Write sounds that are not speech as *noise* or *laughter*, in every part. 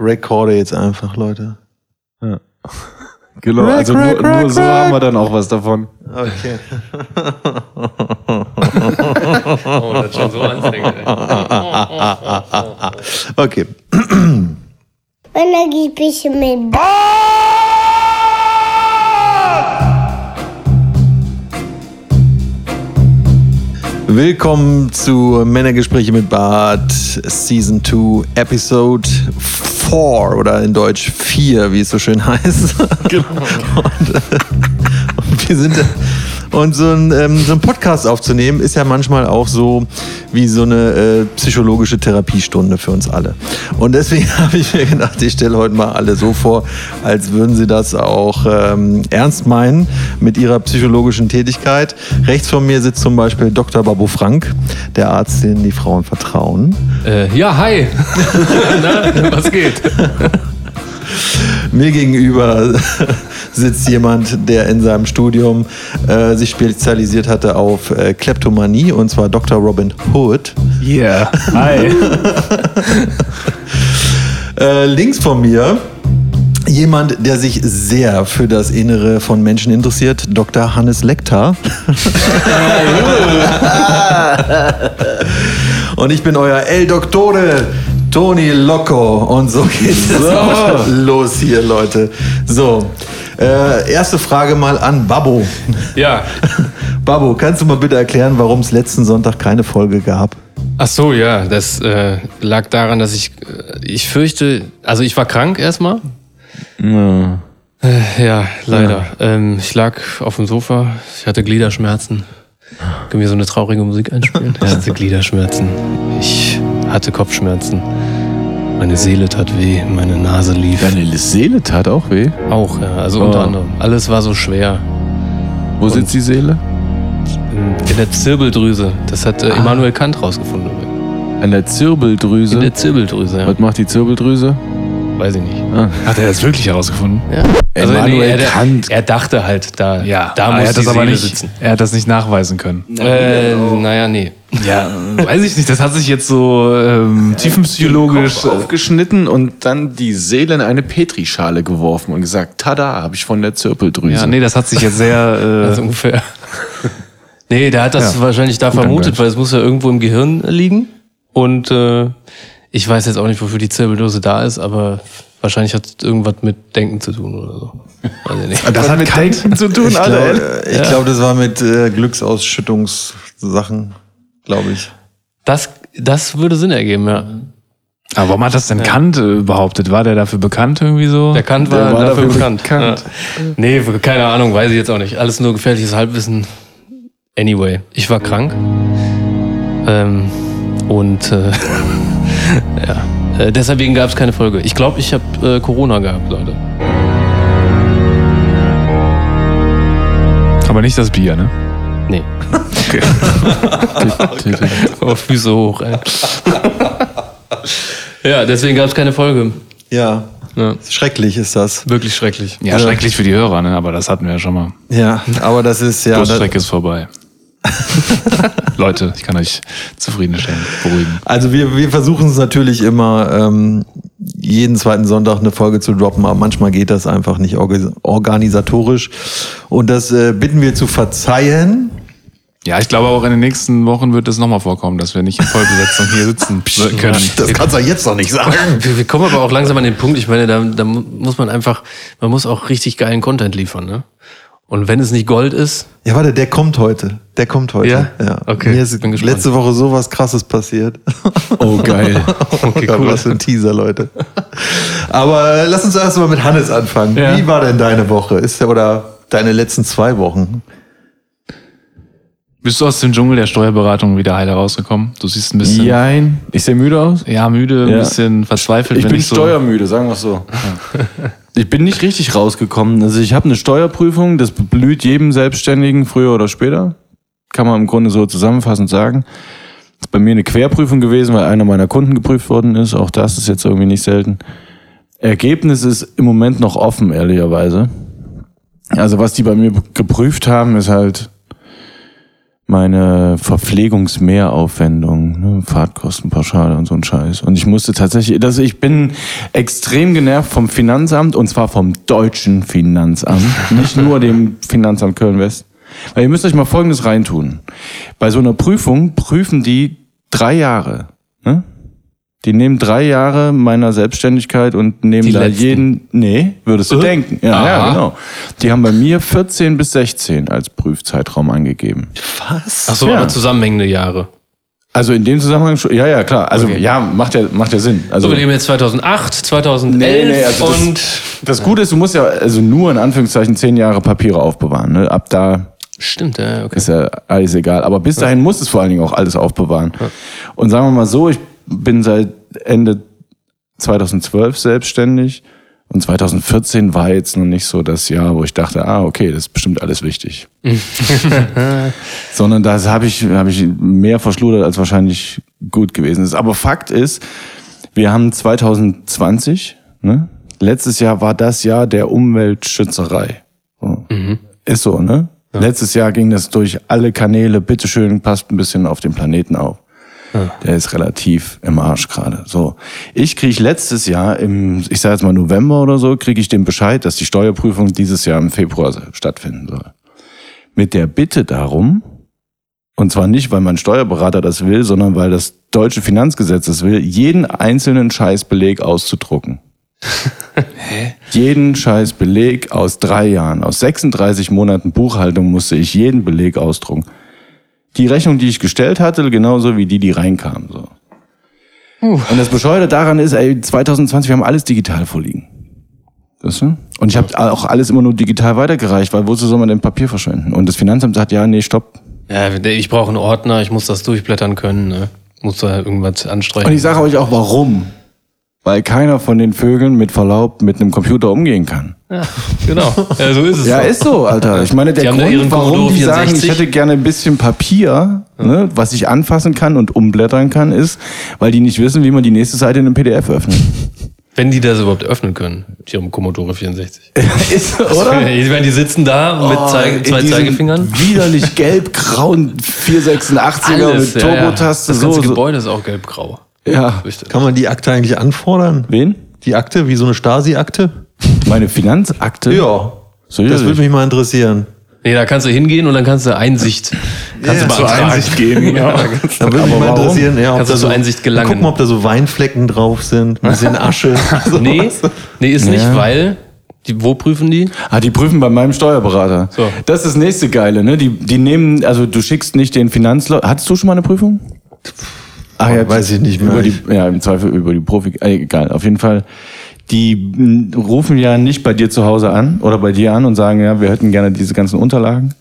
recorde jetzt einfach, Leute. Genau, Rack, also rack, nur, rack, nur so rack. haben wir dann auch was davon. Okay. Oh, das ist schon so anstrengend. ey. *laughs* Okay. Und dann gebe ich mit Ball. Willkommen zu Männergespräche mit Bart Season 2 Episode 4 oder in Deutsch 4, wie es so schön *laughs* heißt. Genau. und, äh, und wir sind äh, und so ein, ähm, so ein Podcast aufzunehmen ist ja manchmal auch so wie so eine äh, psychologische Therapiestunde für uns alle. Und deswegen *laughs* habe ich mir gedacht, ich stelle heute mal alle so vor, als würden sie das auch ähm, ernst meinen mit ihrer psychologischen Tätigkeit. Rechts von mir sitzt zum Beispiel Dr. Babu Frank, der Arzt, den die Frauen vertrauen. äh, ja, hi. *laughs* Na, was geht? Mir gegenüber *laughs* sitzt jemand, der in seinem Studium äh, sich spezialisiert hatte auf äh, Kleptomanie und zwar Dr. Robin Hood. Yeah. Hi. Äh, links von mir jemand, der sich sehr für das Innere von Menschen interessiert, Dr. Hannes Lecter. und ich bin euer El Doktore. Toni Loco und so geht es auch *laughs* los hier, Leute. So, äh, erste Frage mal an Babbo. Ja. *laughs* Babbo, kannst du mal bitte erklären, warum es letzten Sonntag keine Folge gab? Ach so, ja, das äh, lag daran, dass ich, äh, ich fürchte, also ich war krank erstmal. Äh, Ja. Ja, leider. Ähm, ich lag auf dem Sofa, ich hatte Gliederschmerzen. Können wir so eine traurige Musik einspielen? Ich hatte Gliederschmerzen. Ich hatte Kopfschmerzen. Meine Seele tat weh, meine Nase lief. Deine Seele tat auch weh. Auch, ja, also unter Oh. anderem. Alles war so schwer. Wo sitzt die Seele? In in der Zirbeldrüse. Das hat Ah. äh, Immanuel Kant rausgefunden. An der In Hm? Zirbeldrüse. der Zirbeldrüse, ja. Was macht die Zirbeldrüse? Weiß ich nicht. Hat er das wirklich herausgefunden? Ja. Immanuel Also, er, der- Kant. er dachte halt, da, Ja, da muss er hat die das aber Seele nicht, *laughs* sitzen. Er hat das nicht nachweisen können. Äh, naja, nee. Ja, weiß ich nicht. Das hat sich jetzt so äh, ähm, tiefenpsychologisch. Kopf aufgeschnitten und dann die Seele in eine Petrischale geworfen und gesagt, tada, habe ich von der Zirbeldrüse. Ja, nee, das hat sich jetzt sehr. *laughs* Also Äh, ungefähr. Nee, der hat das Ja. wahrscheinlich da Gut vermutet, angehört. weil es muss ja irgendwo im Gehirn liegen. Und äh, ich weiß jetzt auch nicht, wofür die Zirbeldose da ist, aber wahrscheinlich hat es irgendwas mit Denken zu tun oder so. Weiß ich nicht. *laughs* das hat mit Denken zu tun, Ich *laughs* glaube, ich glaub, das war mit äh, Glücksausschüttungssachen, glaube ich. Das, das würde Sinn ergeben, ja. Aber warum hat das denn Kant äh, behauptet? War der dafür bekannt irgendwie so? Oh, Der Kant war, Der war dafür dafür bekannt. Ja. Nee, keine Ahnung, weiß ich jetzt auch nicht. Alles nur gefährliches Halbwissen. Anyway, ich war krank. Ähm, und äh, *laughs* ja, äh, deswegen gab es keine Folge. Ich glaube, ich habe äh, Corona gehabt, Leute. Aber nicht das Bier, ne? Nee, *laughs* auf Füße hoch. Ey. *laughs* ja, deswegen gab es keine Folge. Ja, Ja, schrecklich ist das. wirklich schrecklich. Ja, schrecklich für die Hörer, ne? Aber das hatten wir ja schon mal. Ja, aber das ist ja. Ja, Durststrecke ist vorbei. Leute, ich kann euch zufriedenstellen, beruhigen. Also wir, wir versuchen es natürlich immer, ähm, jeden zweiten Sonntag eine Folge zu droppen, aber manchmal geht das einfach nicht orga- organisatorisch. Und das äh, bitten wir zu verzeihen. Ja, ich glaube auch in den nächsten Wochen wird es nochmal vorkommen, dass wir nicht in Vollbesetzung hier sitzen können. Das kannst du jetzt noch nicht sagen. Wir, wir kommen aber auch langsam an den Punkt, ich meine, da, da mu- muss man einfach, man muss auch richtig geilen Content liefern, ne? Und wenn es nicht Gold ist, Ja, warte, der kommt heute. Der kommt heute. Ja? Okay, Mir ist bin gespannt. letzte Woche sowas krasses passiert. Oh, geil. Okay, cool. Was für ein Teaser, Leute. Aber äh, lass uns erst mal mit Hannes anfangen. Ja. Wie war denn deine Woche? Ist ja oder deine letzten zwei Wochen? Bist du aus dem Dschungel der Steuerberatung wieder heil herausgekommen? Du siehst ein bisschen ja, Jein. Ich sehe müde aus. müde, ein Ja. bisschen verzweifelt. Ich wenn bin so, steuermüde, sagen wir es so. Ich bin nicht richtig rausgekommen. Also ich habe eine Steuerprüfung, das blüht jedem Selbstständigen früher oder später. Kann man im Grunde so zusammenfassend sagen. Ist bei mir eine Querprüfung gewesen, weil einer meiner Kunden geprüft worden ist. Auch das ist jetzt irgendwie nicht selten. Ergebnis ist im Moment noch offen, ehrlicherweise. Also was die bei mir geprüft haben, ist halt meine Verpflegungsmehraufwendung, ne, Fahrtkostenpauschale und so ein Scheiß. Und ich musste tatsächlich, das, ich bin extrem genervt vom Finanzamt und zwar vom deutschen Finanzamt, *laughs* nicht nur dem Finanzamt Köln-West. Weil ihr müsst euch mal Folgendes reintun. Bei so einer Prüfung prüfen die drei Jahre. Ne? Die nehmen drei Jahre meiner Selbstständigkeit und nehmen Die da letzten. jeden, nee, würdest du Äh? denken. Ja, ja, Aha. genau. Die haben bei mir 14 bis 16 als Prüfzeitraum angegeben. Was? Ach so, Ja. aber zusammenhängende Jahre. Also in dem Zusammenhang schon, ja, ja, klar. Also ja, macht ja, macht ja Sinn. Also So, wir nehmen jetzt 2008, 2011 Nee, nee, also das- und das Gute ist, du musst ja also nur in Anführungszeichen zehn Jahre Papiere aufbewahren. Ne? Ab da stimmt, ja, okay. ist ja alles egal. Aber bis dahin muss es vor allen Dingen auch alles aufbewahren. Und sagen wir mal so, ich bin seit Ende 2012 selbstständig und 2014 war jetzt noch nicht so das Jahr, wo ich dachte, ah, okay, das ist bestimmt alles wichtig. Sondern das habe ich, hab ich mehr verschludert, als wahrscheinlich gut gewesen ist. Aber Fakt ist, wir haben 2020, ne? letztes Jahr war das Jahr der Umweltschützerei. So. Ist so, ne? Letztes Jahr ging das durch alle Kanäle. Bitteschön, passt ein bisschen auf den Planeten auf. Der ist relativ im Arsch gerade. So. Ich krieg letztes Jahr im, ich sage jetzt mal November oder so, krieg ich den Bescheid, dass die Steuerprüfung dieses Jahr im Februar stattfinden soll. Mit der Bitte darum, und zwar nicht, weil mein Steuerberater das will, sondern weil das deutsche Finanzgesetz das will, jeden einzelnen Scheißbeleg auszudrucken. Jeden scheiß Beleg aus drei Jahren, aus 36 Monaten Buchhaltung musste ich jeden Beleg ausdrucken. Die Rechnung, die ich gestellt hatte, genauso wie die, die reinkam. So. Und das Bescheuerte daran ist, ey, 2020, wir haben alles digital vorliegen. Weißt du? Und ich habe auch alles immer nur digital weitergereicht, weil wozu soll man denn Papier verschwenden? Und das Finanzamt sagt, ja, nee, stopp. Ja, ich brauche einen Ordner, ich muss das durchblättern können, ne? Muss da irgendwas anstreichen. Und ich sage euch auch, warum. Weil keiner von den Vögeln mit Verlaub mit einem Computer umgehen kann. genau. *laughs* Ja, so ist es. Ja, doch. ist so, Alter. Ich meine, der Die haben da Grund, ihren warum Commodore die sagen, ich 64. hätte gerne ein bisschen Papier, ne, was ich anfassen kann und umblättern kann, ist, weil die nicht wissen, wie man die nächste Seite in einem PDF *laughs* öffnet. Wenn die das überhaupt öffnen können, hier um Commodore 64. ist, oder? *laughs* Oh, Ich meine, die sitzen da mit Zeige, in zwei diesem Zeigefingern. Widerlich gelb-grauen *laughs* 486er mit ja, ja. Turbotaste. Das so, ganze so. Gebäude ist auch gelb-grau. Ja. Kann man die Akte eigentlich anfordern? Wen? Die Akte, wie so eine Stasi-Akte? Meine Finanzakte? Ja. Das würde mich mal interessieren. Nee, da kannst du hingehen und dann kannst du Einsicht. Kannst du beantragen. geben. Ja. Da würde mich Aber mal warum? interessieren, ja, ob Kannst da du so zur Einsicht gelangen? Gucken, ob da so Weinflecken drauf sind, ein bisschen Asche. So. *laughs* Nee, nee, ist nicht, Ja. weil. Die, wo prüfen die? Ah, die prüfen bei meinem Steuerberater. So. Das ist das nächste Geile, ne? Die, die nehmen, also du schickst nicht den Finanzler. Hattest du schon mal eine Prüfung? Ach Weiß ich nicht mehr. Über die, ja, im Zweifel über die Profi. äh, Egal, auf jeden Fall. Die m, rufen ja nicht bei dir zu Hause an oder bei dir an und sagen, ja, wir hätten gerne diese ganzen Unterlagen,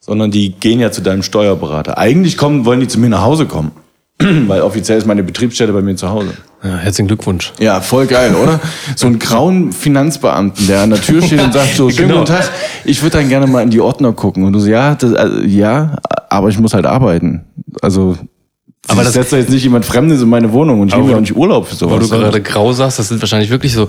sondern die gehen ja zu deinem Steuerberater. Eigentlich kommen, wollen die zu mir nach Hause kommen, *clears throat* weil offiziell ist meine Betriebsstätte bei mir zu Hause. Ja, herzlichen Glückwunsch. Ja, voll geil, oder? So einen grauen Finanzbeamten, der an der Tür steht und sagt *laughs* so, schönen Genau. guten Tag, ich würde dann gerne mal in die Ordner gucken. Und du so, ja, das, also, ja, aber ich muss halt arbeiten. Also, aber das das- setzt doch jetzt nicht jemand Fremdes in meine Wohnung und ich nehme ja Aber- auch nicht Urlaub für Weil du sowas. gerade grau sagst, das sind wahrscheinlich wirklich so.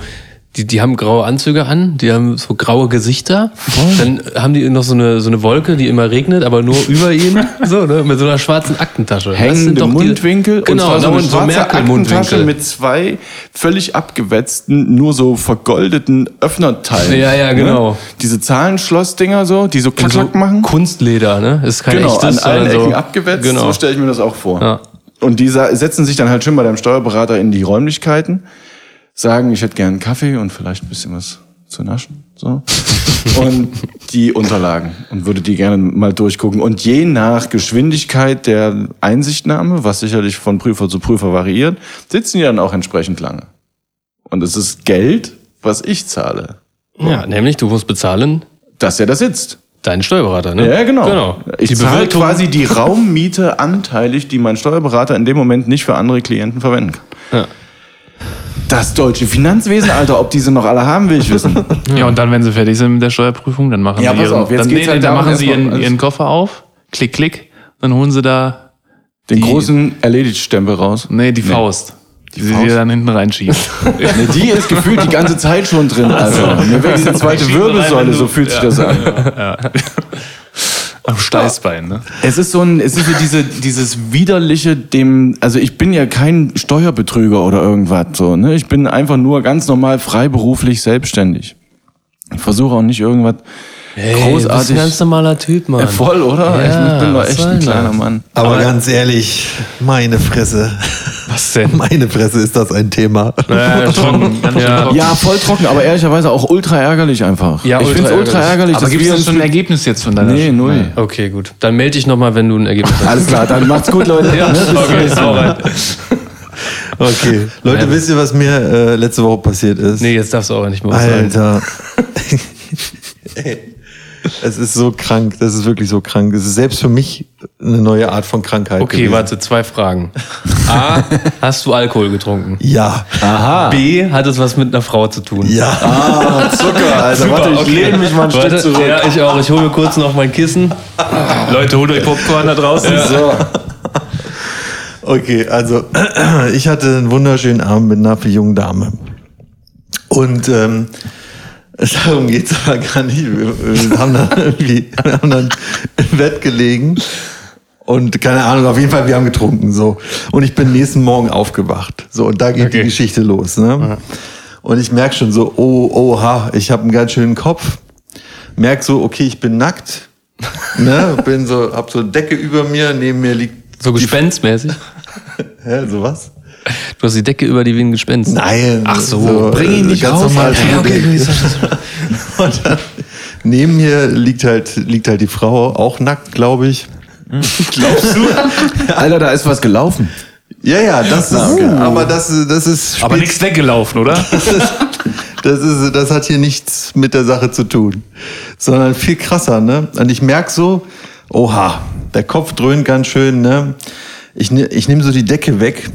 Die, die haben graue Anzüge an, die haben so graue Gesichter. Dann haben die noch so eine, so eine Wolke, die immer regnet, aber nur *laughs* über ihnen. So, ne? Mit so einer schwarzen Aktentasche. Das sind Hängende doch die- Mundwinkel Genau, und zwar da so eine unten so schwarze Aktentasche Merkel-Mundwinkel. mit zwei völlig abgewetzten, nur so vergoldeten Öffnerteilen. Ja, ja, genau. Ne? Diese Zahlenschlossdinger so, die so klack, Und so klack machen. Kunstleder, ne? Ist kein Genau, echtes, an allen sondern so. Ecken abgewetzt, Genau. so stelle ich mir das auch vor. Ja. Und die sa- setzen sich dann halt schon bei deinem Steuerberater in die Räumlichkeiten, sagen, ich hätte gern einen Kaffee und vielleicht ein bisschen was zu naschen. *laughs* So. und die Unterlagen und würde die gerne mal durchgucken. Und je nach Geschwindigkeit der Einsichtnahme, was sicherlich von Prüfer zu Prüfer variiert, sitzen die dann auch entsprechend lange. Und es ist Geld, was ich zahle, ja, nämlich du musst bezahlen dass er da sitzt. deinen Steuerberater, ne? Ja, genau. genau. Ich die zahle Bewirtung, quasi die Raummiete anteilig, die mein Steuerberater in dem Moment nicht für andere Klienten verwenden kann. Ja. Das deutsche Finanzwesen, Alter, ob diese noch alle haben, will ich *laughs* wissen. Ja, und dann, wenn sie fertig sind mit der Steuerprüfung, dann machen Ja, sie pass ihren, auf, jetzt dann, geht's halt dann darum, machen sie erstmal ihren, alles- ihren Koffer auf, klick, klick, dann holen sie da, Den Die- großen Erledigt-Stempel raus. nee, die Faust. Die sie dir dann hinten *laughs* reinschieben. Nee, die ist gefühlt die ganze Zeit schon *laughs* drin, Alter. Mir wächst die zweite Schieben rein, Wirbelsäule, wenn du- so fühlt sich das an. Am Steißbein, ne? Es ist so ein, es ist so diese, dieses widerliche, dem, also ich bin ja kein Steuerbetrüger oder irgendwas so, ne? Ich bin einfach nur ganz normal freiberuflich selbstständig. Ich versuche auch nicht irgendwas Großartig. Du bist ein großartig. ganz normaler Typ, Mann. Ja, voll, oder? Ja, ich bin doch was echt soll ein das? kleiner Mann. *laughs* Aber, ganz ehrlich, meine Fresse. Was *laughs* denn? Meine Fresse ist das ein Thema. Äh, trocken. Ganz schön trocken. Ja, voll trocken, aber ehrlicherweise auch ultra ärgerlich einfach. Ja, ich finde es ultra ärgerlich, Aber gibt es denn uns schon ein Ergebnis jetzt von deiner Nee, null. Okay, gut. Dann melde dich nochmal, wenn du ein Ergebnis hast. Alles klar, dann macht's gut, Leute. Ja, Ne? Bis zum okay, nächsten Mal. Genau. alright. Okay. Leute, wisst ihr, was mir äh, letzte Woche passiert ist? Nee, jetzt darfst du auch nicht mehr was sagen. Alter. *laughs* Ey, es ist so krank. Das ist wirklich so krank. Es ist selbst für mich eine neue Art von Krankheit. Okay, gewesen. warte, zwei Fragen. *laughs* A, hast du Alkohol getrunken? Ja. Aha. B, hat es was mit einer Frau zu tun? Ja. Ah, Zucker, Alter. Warte, ich lehne mich mal ein Warte, Stück zurück. Ja, ich auch. Ich hole mir kurz noch mein Kissen. Leute, holt euch Popcorn da draußen. So. Okay, also *clears throat* ich hatte einen wunderschönen Abend mit einer jungen Dame. Und ähm, darum geht's aber gar nicht. Wir, wir, haben da irgendwie, wir haben dann im Bett gelegen und keine Ahnung, auf jeden Fall, wir haben getrunken. so Und ich bin nächsten Morgen aufgewacht. So, und da geht die Geschichte los. Ne? Und ich merk schon so, oh, oha, ich habe einen ganz schönen Kopf. Merk so, okay, ich bin nackt. ne? Bin so, hab so eine Decke über mir, neben mir liegt So gespenstmäßig. Hä, so was? Du hast die Decke über die wie ein Gespenst. Nein. äh, Ach so, äh, bring ihn nicht ganz raus, normal. Alter. Ja, okay, Weg. Und dann, neben mir liegt halt, liegt halt die Frau, auch nackt, glaube ich. Glaubst du? Alter, da ist was gelaufen. Ja, ja, das ist, aber das, das ist, Aber nichts weggelaufen, oder? das ist, das ist, das hat hier nichts mit der Sache zu tun. Sondern viel krasser, ne? Und ich merke so, oha, der Kopf dröhnt ganz schön, ne? Ich, ne- ich nehme so die Decke weg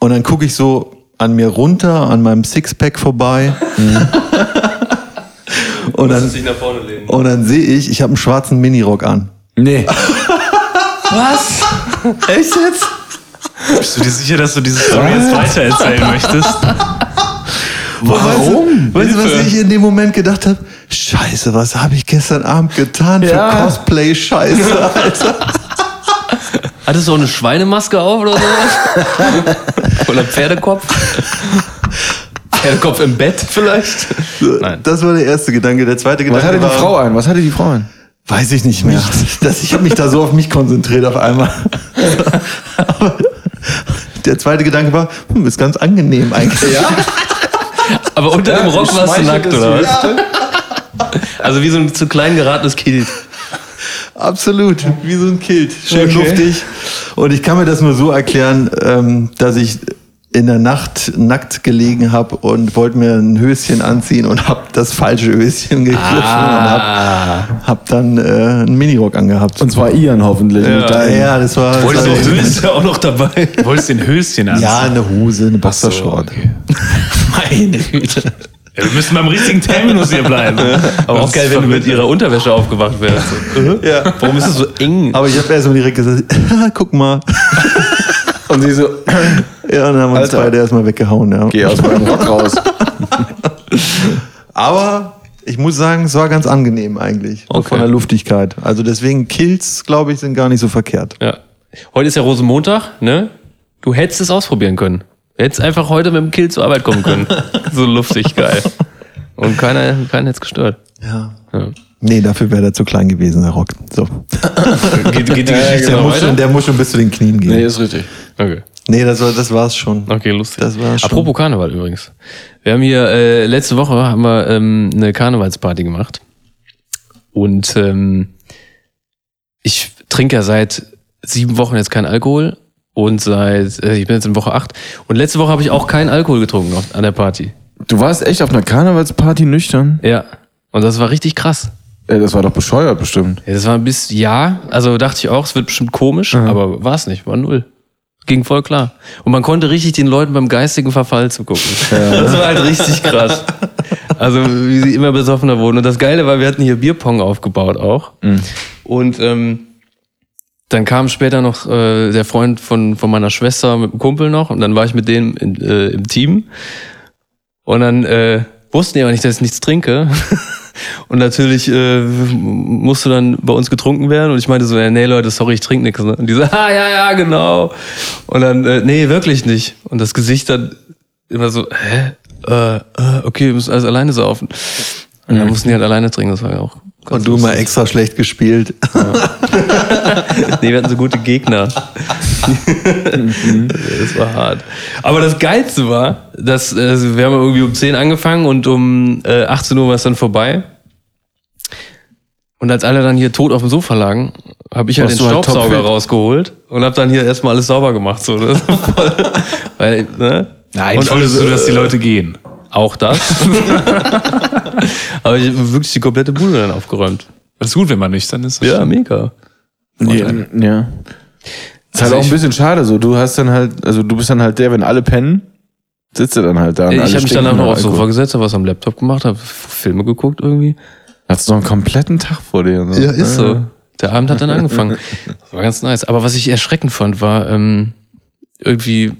und dann gucke ich so an mir runter, an meinem Sixpack vorbei. Mhm. *laughs* und dann, nach vorne lehnen. und dann sehe ich, ich habe einen schwarzen Minirock an. Nee. Was? Echt jetzt? Bist du dir sicher, dass du diese Story jetzt weitererzählen möchtest? Warum? Weißt du, weißt du, was ich in dem Moment gedacht habe? Scheiße, was habe ich gestern Abend getan für Ja. *laughs* Cosplay-Scheiße, Alter? Hattest du auch eine Schweinemaske auf oder sowas? *laughs* oder Pferdekopf? Pferdekopf im Bett vielleicht? So, Nein. Das war der erste Gedanke. Der zweite Was Gedanke hatte die war, Frau an? Was hatte die Frau an? weiß ich nicht mehr. *laughs* Das, ich habe mich da so auf mich konzentriert auf *laughs* einmal. *laughs* Aber der zweite Gedanke war, hm, ist ganz angenehm eigentlich. Aber unter dem Rock warst du nackt, oder was? Also wie so ein zu klein geratenes Kind. Absolut, wie so ein Kilt. Schön Okay. luftig. Und ich kann mir das nur so erklären, ähm, dass ich in der Nacht nackt gelegen habe und wollte mir ein Höschen anziehen und habe das falsche Höschen gegriffen Ah. und habe hab dann äh, einen Minirock angehabt. Und zwar ihren hoffentlich. nicht ja, deinen. ja, das war. das war Höschen auch noch dabei? Du wolltest den Höschen anziehen. ja, eine Hose, eine Boxershort. Meine Güte. Ja, wir müssen beim richtigen Terminus hier bleiben. Aber auch geil, wenn du mit ihrer Unterwäsche aufgewacht wärst. Ja. Warum ist es so eng? Aber ich habe erstmal direkt gesagt, *laughs* guck mal. *laughs* Und sie so, Ja, dann haben wir uns Alter. beide erstmal weggehauen. Ja. geh aus meinem Rock raus. *laughs* Aber ich muss sagen, es war ganz angenehm eigentlich. So Okay. Von der Luftigkeit. Also deswegen Kills, glaube ich, sind gar nicht so verkehrt. Ja. Heute ist ja Rosenmontag, ne? Du hättest es ausprobieren können. Du hättest einfach heute mit dem Kill zur Arbeit kommen können. *laughs* so luftig geil. Und keiner, keiner hätte es gestört. Ja. Ja. Nee, dafür wäre der zu klein gewesen, der Rock. So. Geht, geht die Geschichte der, noch muss genau. weiter? schon, der muss schon bis zu den Knien gehen. genau, Nee, Nee, ist richtig. Okay. das, war, das war's schon. okay, lustig. Das war's schon. Apropos Karneval übrigens. Wir haben hier, äh, letzte Woche haben wir ähm, eine Karnevalsparty gemacht. Und ähm, ich trinke ja seit sieben Wochen jetzt keinen Alkohol. Und seit, äh, ich bin jetzt in Woche acht. Und letzte Woche habe ich auch keinen Alkohol getrunken auf- an der Party. Du warst echt auf einer Karnevalsparty nüchtern? Ja. Und das war richtig krass. Ey, das war doch bescheuert bestimmt. Ja, das war ein bisschen, ja, also dachte ich auch, es wird bestimmt komisch, aber war es nicht, war null. Ging voll klar. Und man konnte richtig den Leuten beim geistigen Verfall zugucken. Das war halt richtig krass. Also, wie sie immer besoffener wurden. Und das Geile war, wir hatten hier Bierpong aufgebaut auch. Und ähm, dann kam später noch äh, der Freund von, von meiner Schwester mit dem Kumpel noch und dann war ich mit dem in, äh, im Team. Und dann äh, wussten die aber nicht, dass ich nichts trinke. *laughs* Und natürlich äh, musste dann bei uns getrunken werden. Und ich meinte so, ja, nee, Leute, sorry, ich trinke nichts. Ne? Und die so, *laughs* ah, ja, ja, genau. Und dann, äh, nee, wirklich nicht. Und das Gesicht dann immer so, hä? Äh, äh, okay, wir müssen alles alleine saufen. Und dann mussten die halt alleine trinken, das war ja auch. ganz Und du mal extra schlecht gespielt. Nee, wir hatten so gute *laughs* Gegner. das war hart. Aber das Geilste war, dass äh, wir haben irgendwie um 10 angefangen und um äh, 18 Uhr war es dann vorbei. Und als alle dann hier tot auf dem Sofa lagen, habe ich halt Warst den du halt Staubsauger topfit. rausgeholt und habe dann hier erstmal alles sauber gemacht. So. Das war voll, *laughs* weil, ne? Nein, und also, ich wollte so, dass äh, die Leute gehen. *laughs* Auch das. Aber ich hab wirklich die komplette Bude dann aufgeräumt. Das ist gut, wenn man nüchtern ist. Ja, mega. ja. Ist halt Also auch ich- ein bisschen schade so. Du hast dann halt, also du bist dann halt der, wenn alle pennen, sitzt er dann halt da. und alle ich habe mich stinken danach noch nach aufs Alkohol. Sofa gesetzt, habe was am Laptop gemacht, habe Filme geguckt irgendwie. Hast du noch einen kompletten Tag vor dir. und So. Ja, ist so. Der Abend hat dann angefangen. Das war ganz nice. Aber was ich erschreckend fand, war ähm, irgendwie,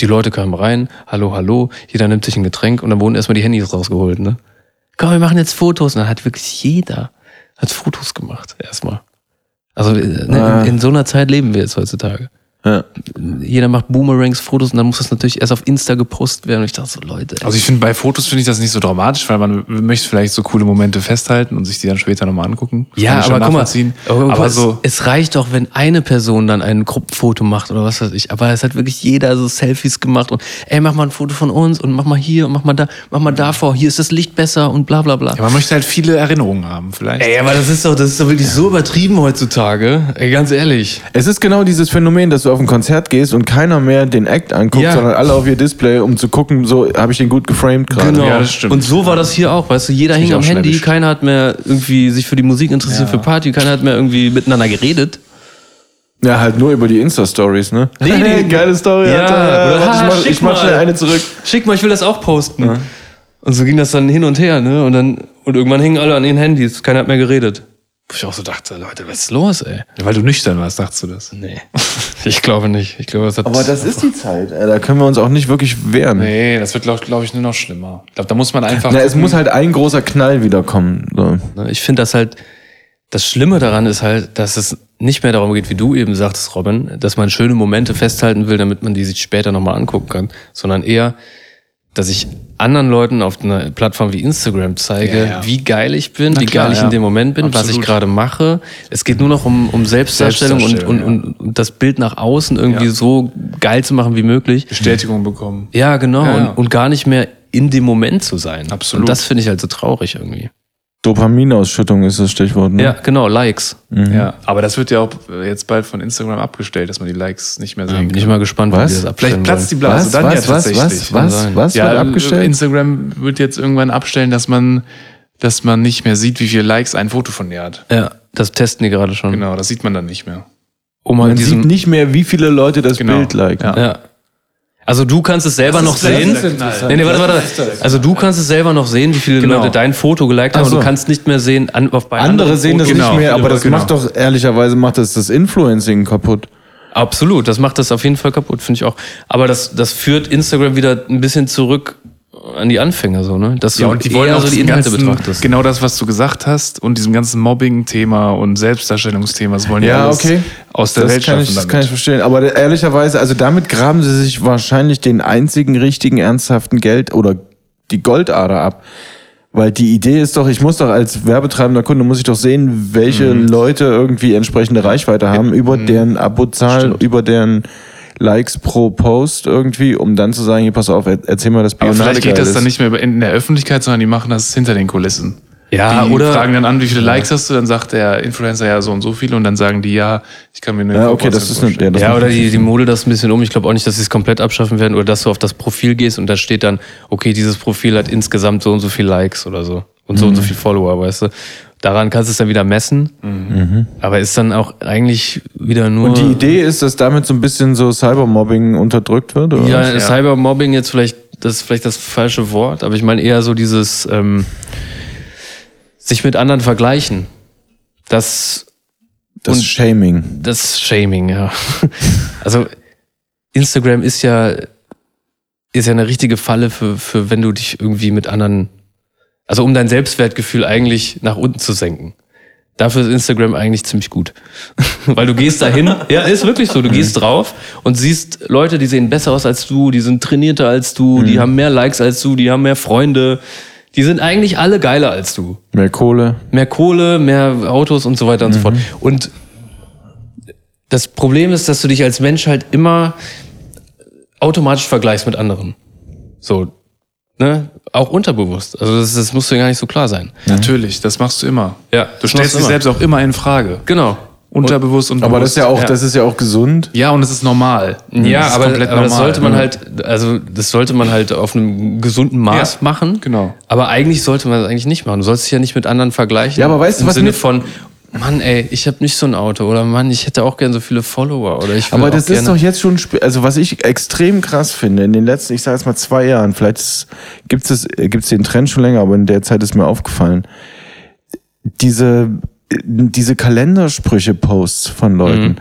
die Leute kamen rein, hallo, hallo, jeder nimmt sich ein Getränk und dann wurden erstmal die Handys rausgeholt, ne? Komm, wir machen jetzt Fotos. Und dann hat wirklich jeder hat Fotos gemacht, erstmal. Also äh, ne, Ah. in, in so einer Zeit leben wir jetzt heutzutage. Ja. Jeder macht Boomerangs, Fotos und dann muss das natürlich erst auf Insta gepostet werden. Und ich dachte so, Leute, ey. Also ich finde, bei Fotos finde ich das nicht so dramatisch, weil man möchte vielleicht so coole Momente festhalten und sich die dann später nochmal angucken. Das kann Ja, ich schon aber guck mal, oh, nachvollziehen. aber, guck mal, aber so, es, es reicht doch, wenn eine Person dann ein Gruppenfoto macht oder was weiß ich. Aber es hat wirklich jeder so Selfies gemacht und ey, mach mal ein Foto von uns und mach mal hier und mach mal da, mach mal davor, hier ist das Licht besser und bla bla bla. ja, man möchte halt viele Erinnerungen haben vielleicht. ey, aber das ist doch, das ist doch wirklich so übertrieben heutzutage. Ey, ganz ehrlich. Es ist genau dieses Phänomen, dass du auf ein Konzert gehst und keiner mehr den Act anguckt, Ja. sondern alle auf ihr Display, um zu gucken, so habe ich den gut geframed Genau. gerade. Ja, das stimmt. Und so war das hier auch, weißt du, jeder hing ich am auch Handy, schnäppisch. keiner hat mehr irgendwie sich für die Musik interessiert, für Party, keiner hat mehr irgendwie miteinander geredet. Ja, halt nur über die Insta-Stories, ne? *laughs* Nee, die- Geile Story, Ja, Alter. Warte, oder, halt ah, ich mach, schick ich mach mal. schnell eine zurück. Schick mal, ich will das auch posten. Und so ging das dann hin und her, ne? Und dann, und irgendwann hingen alle an ihren Handys, keiner hat mehr geredet. Wo ich auch so dachte, Leute, was ist los, ey? Weil du nüchtern warst, dachtest du das? *laughs* Nee. ich glaube nicht. Ich glaube, das hat. Aber das ist die Zeit, ey. da können wir uns auch nicht wirklich wehren. Nee, das wird, glaube glaub ich, nur noch schlimmer. Ich glaube, da muss man einfach. Na, es gucken. muss halt ein großer Knall wiederkommen. So. Ne, Ich finde das halt, das Schlimme daran ist halt, dass es nicht mehr darum geht, wie du eben sagtest, Robin, dass man schöne Momente festhalten will, damit man die sich später nochmal angucken kann, sondern eher, dass ich anderen Leuten auf einer Plattform wie Instagram zeige, Ja, ja. wie geil ich bin, wie klar, geil ich ja. in dem Moment bin, was Absolut. ich gerade mache. Es geht nur noch um, um Selbstdarstellung, und, Selbstdarstellung, und, und, und das Bild nach außen irgendwie Ja. so geil zu machen wie möglich. Bestätigung bekommen. Ja, genau. Ja, ja. Und, und gar nicht mehr in dem Moment zu sein. Absolut. Und das finde ich halt so traurig irgendwie. Dopaminausschüttung ist das Stichwort. Ne? Ja, genau, Likes. Ja, aber das wird ja auch äh, jetzt bald von Instagram abgestellt, dass man die Likes nicht mehr Ja, sehen Ähm, bin kann. ich mal gespannt, Was? wie die das Vielleicht abstellen platzt die wollen. was, Blase also dann ja was, was, tatsächlich. was, Kann was, sein. was ja, wird abgestellt? Instagram wird jetzt irgendwann abstellen, dass man, dass man nicht mehr sieht, wie viele Likes ein Foto von dir hat. Ja, das testen die gerade schon. Genau, das sieht man dann nicht mehr. Um Man halt diesen, sieht nicht mehr, wie viele Leute das Genau. Bild liken. Ja. ja. Also du kannst es selber noch sehen. Knall. Nee, nee, warte, warte. Also du kannst es selber noch sehen, wie viele Genau. Leute dein Foto geliked haben, Ach aber so. du kannst nicht mehr sehen, an, auf bei Andere anderen sehen das Fotos- Genau. nicht mehr, aber das Genau. macht doch ehrlicherweise macht das das Influencing kaputt. Absolut, das macht das auf jeden Fall kaputt, finde ich auch. Aber das, das führt Instagram wieder ein bisschen zurück an die Anfänger so, ne? Dass Ja, du und die wollen eher auch so die diesen Inhalte ganzen, betrachtest. Genau das, was du gesagt hast und diesem ganzen Mobbing-Thema und Selbstdarstellungsthema, das wollen die Ja, alles okay. aus der das Welt kann schaffen ich, das damit. kann ich verstehen. Aber da- ehrlicherweise, also damit graben sie sich wahrscheinlich den einzigen richtigen ernsthaften Geld oder die Goldader ab. Weil die Idee ist doch, ich muss doch als werbetreibender Kunde, muss ich doch sehen, welche Mhm. Leute irgendwie entsprechende Reichweite haben, über deren Abozahlen, über deren Likes pro Post irgendwie, um dann zu sagen, hier, pass auf, er- erzähl mal, dass aber Bionade vielleicht geht geil das dann ist. nicht mehr in der Öffentlichkeit, sondern die machen das hinter den Kulissen. Ja, die oder- fragen dann an, wie viele Likes hast du, dann sagt der Influencer ja so und so viele und dann sagen die, ja, ich kann mir eine Ja, okay, das ist eine, ja, das Ja, macht oder die, die Mode das ein bisschen um. Ich glaube auch nicht, dass sie es komplett abschaffen werden oder dass du auf das Profil gehst und da steht dann, okay, dieses Profil hat insgesamt so und so viel Likes oder so und so und so Mhm. viel Follower, weißt du. Daran kannst du es dann wieder messen, Mhm. aber ist dann auch eigentlich wieder nur Mhm. Und die Idee ist, dass damit so ein bisschen so Cybermobbing unterdrückt wird? Oder? ja, Cybermobbing jetzt vielleicht das ist vielleicht das falsche Wort, aber ich meine eher so dieses ähm, sich mit anderen vergleichen. Das das und- Shaming. Das ist Shaming, ja. *laughs* Also Instagram ist ja ist ja eine richtige Falle für, für wenn du dich irgendwie mit anderen Also um dein Selbstwertgefühl eigentlich nach unten zu senken. Dafür ist Instagram eigentlich ziemlich gut. *laughs* Weil du gehst dahin, ja, ist wirklich so, du gehst drauf und siehst Leute, die sehen besser aus als du, die sind trainierter als du, die haben mehr Likes als du, die haben mehr Freunde, die sind eigentlich alle geiler als du Mehr Kohle. mehr Kohle, mehr Autos und so weiter und Mhm. so fort. Und das Problem ist, dass du dich als Mensch halt immer automatisch vergleichst mit anderen. So, ne? Auch unterbewusst. Also das, das muss dir gar nicht so klar sein. Natürlich, das machst du immer. Ja, Du stellst dich immer. selbst auch immer in Frage. Genau. Unterbewusst und Aber das ist ja auch, bewusst. das ist ja auch gesund. Ja, und es ist normal. Ja, Mhm. Das ist aber, komplett aber das normal. sollte man genau. halt, also das sollte man halt auf einem gesunden Maß Ja, machen. genau. Aber eigentlich sollte man das eigentlich nicht machen. Du sollst dich ja nicht mit anderen vergleichen. Ja, aber weißt du, im was Sinne mir- von, Mann, ey, ich habe nicht so ein Auto oder Mann, ich hätte auch gern so viele Follower oder ich will Aber auch das gerne ist doch jetzt schon, sp- also was ich extrem krass finde, in den letzten, ich sage jetzt mal zwei Jahren, vielleicht gibt es gibt's den Trend schon länger, aber in der Zeit ist mir aufgefallen, diese, äh, diese Kalendersprüche-Posts von Leuten,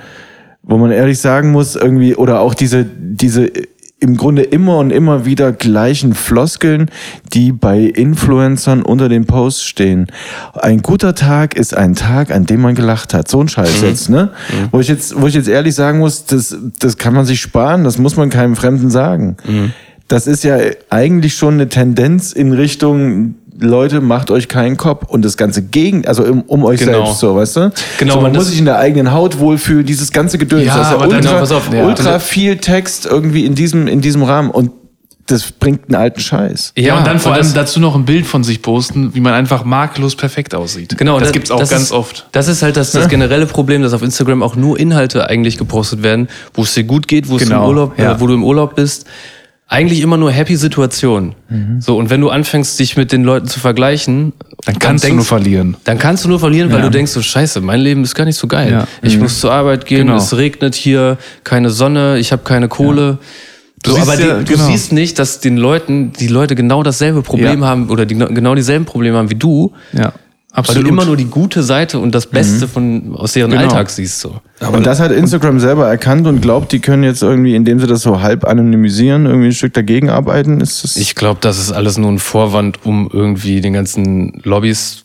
wo man ehrlich sagen muss, irgendwie, oder auch diese, diese äh, im Grunde immer und immer wieder gleichen Floskeln, die bei Influencern unter den Posts stehen. Ein guter Tag ist ein Tag, an dem man gelacht hat. So ein Scheiß jetzt, ne? Wo ich jetzt, wo ich jetzt ehrlich sagen muss, das, das kann man sich sparen, das muss man keinem Fremden sagen. Das ist ja eigentlich schon eine Tendenz in Richtung, Leute, macht euch keinen Kopf und das ganze Gegend, also um, um euch Genau. selbst so, weißt du? Genau, so, man man muss das- sich in der eigenen Haut wohlfühlen, dieses ganze Gedöns. Ja, das ist ja aber ultra, dann- pass auf, ja. ultra viel Text irgendwie in diesem, in diesem Rahmen und das bringt einen alten Scheiß. Ja, und dann vor allem das- dazu noch ein Bild von sich posten, wie man einfach makellos perfekt aussieht. Genau, das, gibt's auch ganz ist, oft. Das ist halt das, das generelle Problem, dass auf Instagram auch nur Inhalte eigentlich gepostet werden, wo es dir gut geht, wo, es Genau, im Urlaub, ja. äh, wo du im Urlaub bist. Eigentlich immer nur happy Situationen. So, und wenn du anfängst, dich mit den Leuten zu vergleichen, Mhm. Dann kannst du nur verlieren. Dann kannst du nur verlieren, weil Ja. du denkst, so scheiße, mein Leben ist gar nicht so geil. Ja. Ich muss zur Arbeit gehen, Genau. es regnet hier, keine Sonne, ich habe keine Kohle. Du so, siehst aber ja- die, du genau. siehst nicht, dass den Leuten, die Leute genau dasselbe Problem Ja. haben oder die, genau dieselben Probleme haben wie du. Ja, Weil absolut. du immer nur die gute Seite und das Beste von, aus deren Genau. Alltag siehst. So. und das hat Instagram selber erkannt und glaubt, die können jetzt irgendwie, indem sie das so halb anonymisieren, irgendwie ein Stück dagegen arbeiten. Ist das Ich glaube, das ist alles nur ein Vorwand, um irgendwie den ganzen Lobbys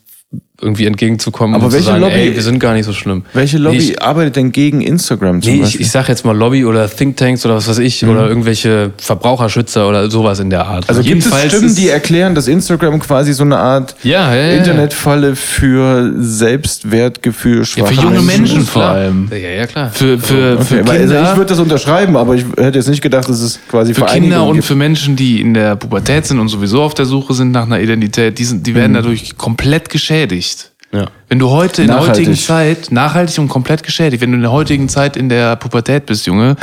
irgendwie entgegenzukommen. Aber und welche zu sagen, Lobby- Ey, wir sind gar nicht so schlimm. welche Lobby Nee, ich, arbeitet denn gegen Instagram zum nee, ich, Beispiel? ich sag jetzt mal Lobby oder Thinktanks oder was weiß ich Mhm. oder irgendwelche Verbraucherschützer oder sowas in der Art. also gibt es Jedenfalls Stimmen, ist- die erklären, dass Instagram quasi so eine Art ja, ja, ja, Internetfalle für Selbstwertgefühl ja, schwache für junge ja. Menschen vor Klar. allem. Ja, ja, klar. Für, für, für Okay, weil, also ich Kinder, würde das unterschreiben, aber ich hätte jetzt nicht gedacht, dass es quasi für Kinder Vereinigungen und gibt. für Menschen, die in der Pubertät sind und sowieso auf der Suche sind nach einer Identität, die, sind, die werden dadurch komplett geschädigt. Ja. Wenn du heute in der heutigen Nachhaltig. Zeit, nachhaltig und komplett geschädigt, wenn du in der heutigen Zeit in der Pubertät bist, Junge,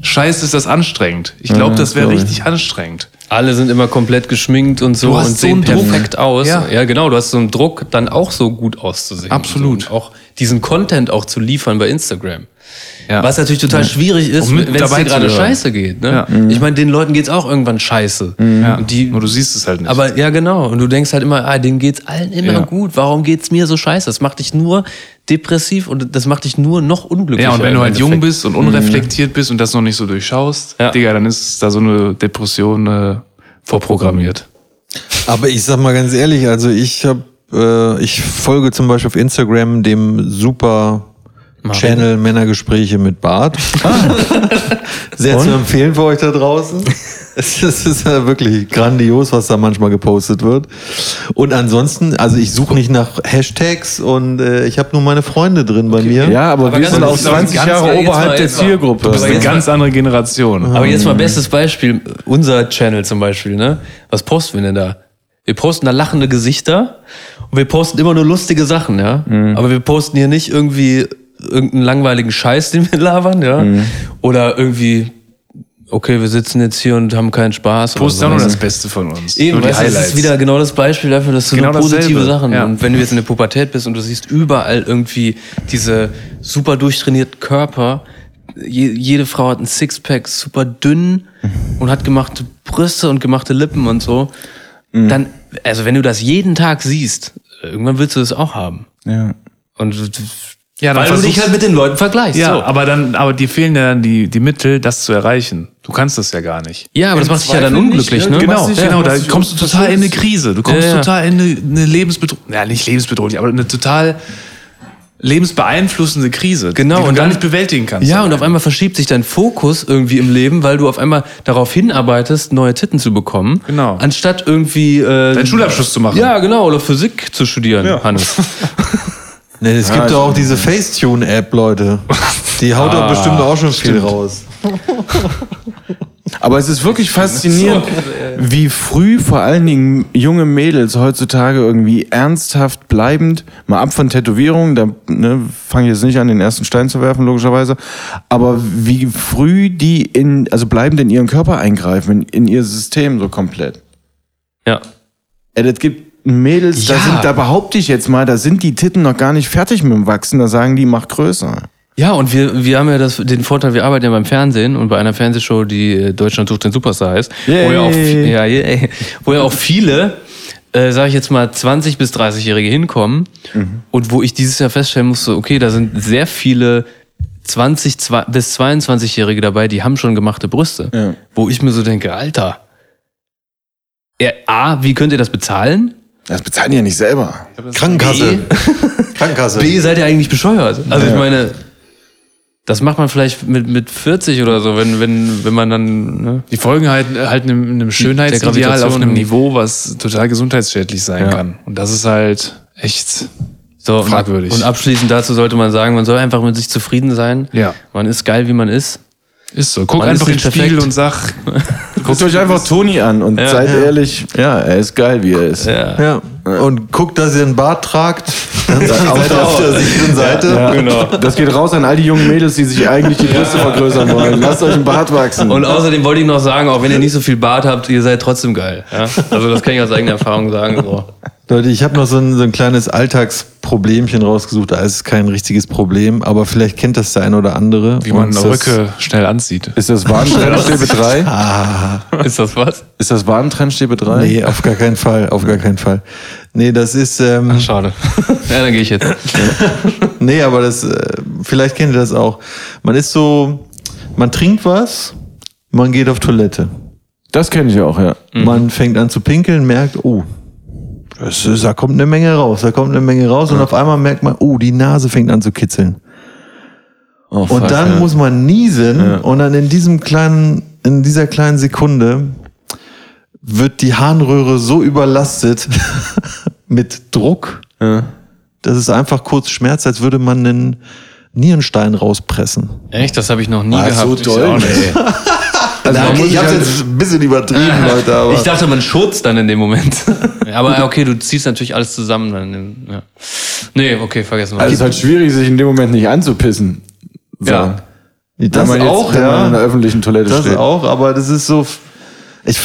scheiße ist das anstrengend. Ich glaube, Ja, das wäre glaub ich. richtig anstrengend. Alle sind immer komplett geschminkt und so Du hast und so sehen einen Druck. perfekt aus. Ja. Ja. genau, du hast so einen Druck, dann auch so gut auszusehen. Absolut. Und auch diesen Content auch zu liefern bei Instagram. Ja. Was natürlich total schwierig ist, Um mit wenn es dabei dir zu gerade gehören. scheiße geht. Ne? Ja. Mhm. Ich meine, den Leuten geht's auch irgendwann scheiße. Ja. Und die, Nur du siehst es halt nicht. aber ja, genau. Und du denkst halt immer, ah, denen geht's allen immer Ja. gut. Warum geht's mir so scheiße? Das macht dich nur depressiv und das macht dich nur noch unglücklicher. Ja, und wenn im du halt jung Endeffekt. bist und unreflektiert bist und das noch nicht so durchschaust, Ja. Digga, dann ist da so eine Depression äh, vorprogrammiert. Aber ich sag mal ganz ehrlich, also ich habe, äh, ich folge zum Beispiel auf Instagram dem super Channel Männergespräche mit Bart. Ah. *laughs* Sehr zu empfehlen für euch da *laughs* draußen. Es ist, es ist ja wirklich grandios, was da manchmal gepostet wird. Und ansonsten, also ich suche nicht nach Hashtags und äh, ich habe nur meine Freunde drin bei mir. Ja, aber, Aber wir ganz sind ehrlich, auch ich glaub, 20 ganz Jahre ehrlich, jetzt oberhalb mal- der jetzt mal- Zielgruppe. Du bist Eine jetzt ganz andere Generation. Aber jetzt mal bestes Beispiel, unser Channel zum Beispiel, ne? Was posten wir denn da? Wir posten da lachende Gesichter und wir posten immer nur lustige Sachen, ja. Mhm. Aber wir posten hier nicht irgendwie irgendeinen langweiligen Scheiß, *laughs* den wir labern, ja. Mhm. Oder irgendwie, okay, wir sitzen jetzt hier und haben keinen Spaß. oder Post auch nur sowas. das Beste von uns. Also, Eben, nur die weißt, du, Highlights. das ist wieder genau das Beispiel dafür, dass du Genau nur positive dasselbe, Sachen ja. und wenn du jetzt in der Pubertät bist und du siehst überall irgendwie diese super durchtrainierten Körper, je, jede Frau hat einen Sixpack, super dünn und hat gemachte Brüste und gemachte Lippen und so, Mhm. dann, also wenn du das jeden Tag siehst, irgendwann willst du das auch haben. Ja. Und Ja, dann Weil du dich versuchst- halt mit den Leuten vergleichst. Ja, so. aber dann, aber dir fehlen ja dann die, die Mittel, das zu erreichen. Du kannst das ja gar nicht. ja aber das macht dich ja dann Zweifel nicht, unglücklich, ne? ne? Genau, dich- genau, du da machst dich kommst du total in eine Krise. Du kommst Ja, ja. total in eine, eine lebensbedrohliche, ja nicht lebensbedrohlich, aber eine total lebensbeeinflussende Krise, Genau, die du und gar dann- nicht bewältigen kannst. Ja, und auf einmal verschiebt sich dein Fokus irgendwie im Leben, weil du auf einmal darauf hinarbeitest, neue Titten zu bekommen. Genau. Anstatt irgendwie. Äh, Deinen Schulabschluss zu machen. Ja, genau, oder Physik zu studieren, Hannes. Nee, Ne, es gibt ich- Ah, doch auch diese Facetune-App, *laughs* Leute. Die haut doch bestimmt auch schon viel raus. Aber es ist wirklich *laughs* faszinierend, wie früh vor allen Dingen junge Mädels heutzutage irgendwie ernsthaft bleibend, mal ab von Tätowierungen, da ne, fange ich jetzt nicht an, den ersten Stein zu werfen, logischerweise, aber wie früh die in, also bleibend in ihren Körper eingreifen, in, in ihr System so komplett. Ja. Ey, das gibt Mädels, da, Ja. sind, da behaupte ich jetzt mal, da sind die Titten noch gar nicht fertig mit dem Wachsen, da sagen die, mach größer. Ja, und wir, wir haben ja das, den Vorteil, wir arbeiten ja beim Fernsehen und bei einer Fernsehshow, die äh, Deutschland sucht den Superstar heißt, wo Yay. ja auch, vi- ja, yay, wo ja auch viele, äh, sage ich jetzt mal, 20- bis 30-Jährige hinkommen Mhm. und wo ich dieses Jahr feststellen musste, okay, da sind sehr viele 20 zwa- bis 22-Jährige dabei, die haben schon gemachte Brüste, Ja. wo ich mir so denke, Alter, ja, A, wie könnt ihr das bezahlen? Das bezahlen die ja nicht selber. Krankenkasse. Krankenkasse. *laughs* B, seid ihr eigentlich bescheuert? Also ich meine, das macht man vielleicht mit, mit 40 oder so, wenn, wenn, wenn man dann. Ne? Die folgen halt, halt einem, einem Schönheitsideal Gravitation auf einem und- Niveau, was total gesundheitsschädlich sein Ja. kann. Und das ist halt echt. So, und- Fragwürdig. Und abschließend dazu sollte man sagen, man soll einfach mit sich zufrieden sein. Ja. Man ist geil, wie man ist. Ist so. Guck Man einfach ist in den nicht Spiegel perfekt. und sag, Guckt euch einfach Toni an und seid ehrlich, ja, er ist geil, wie er ist. Ja. Und guckt, dass ihr einen Bart tragt. Dann seid ihr auf der sicheren Seite. *laughs* Genau. Das geht raus an all die jungen Mädels, die sich eigentlich die Brüste vergrößern wollen. Lasst euch einen Bart wachsen. Und außerdem wollte ich noch sagen, auch wenn ihr nicht so viel Bart habt, ihr seid trotzdem geil. Ja? Also das kann ich aus eigener Erfahrung sagen. So. Leute, ich habe noch so ein, so ein kleines Alltagsproblemchen rausgesucht. Da ist es kein richtiges Problem, aber vielleicht kennt das der eine oder andere. wie man Und eine das- Röcke schnell anzieht. ist das *laughs* Warentrenn-Stäbe 3? Ist das was? Ist das Warentrenn-Stäbe 3? Nee, auf gar keinen Fall, auf gar keinen Fall. Nee, das ist, ähm, Schade. Ja, dann gehe ich jetzt. nee, aber das, äh, vielleicht kennt ihr das auch. Man ist so, man trinkt was, man geht auf Toilette. Das kenne ich auch, ja. Man fängt an zu pinkeln, merkt, oh, das ist, da kommt eine Menge raus, da kommt eine Menge raus und auf einmal merkt man, oh, die Nase fängt an zu kitzeln. Oh, Und fuck, dann ja. muss man niesen und dann in diesem kleinen, in dieser kleinen Sekunde wird die Harnröhre so überlastet *laughs* mit Druck, Ja. dass es einfach kurz schmerzt, als würde man einen Nierenstein rauspressen. Echt? Das habe ich noch nie Ah, gehabt. so doll. nee. Also man muss sich halt- jetzt ein bisschen *laughs* übertrieben, Leute, aber. Ich dachte, man schurzt dann in dem Moment. Aber okay, du ziehst natürlich alles zusammen. Dann in, ja. Nee, okay, vergessen wir Also es ist halt schwierig, sich in dem Moment nicht anzupissen. So. Ja. das wenn man jetzt, auch, wenn man in einer ja. öffentlichen Toilette Das steht. auch, aber das ist so. Ich,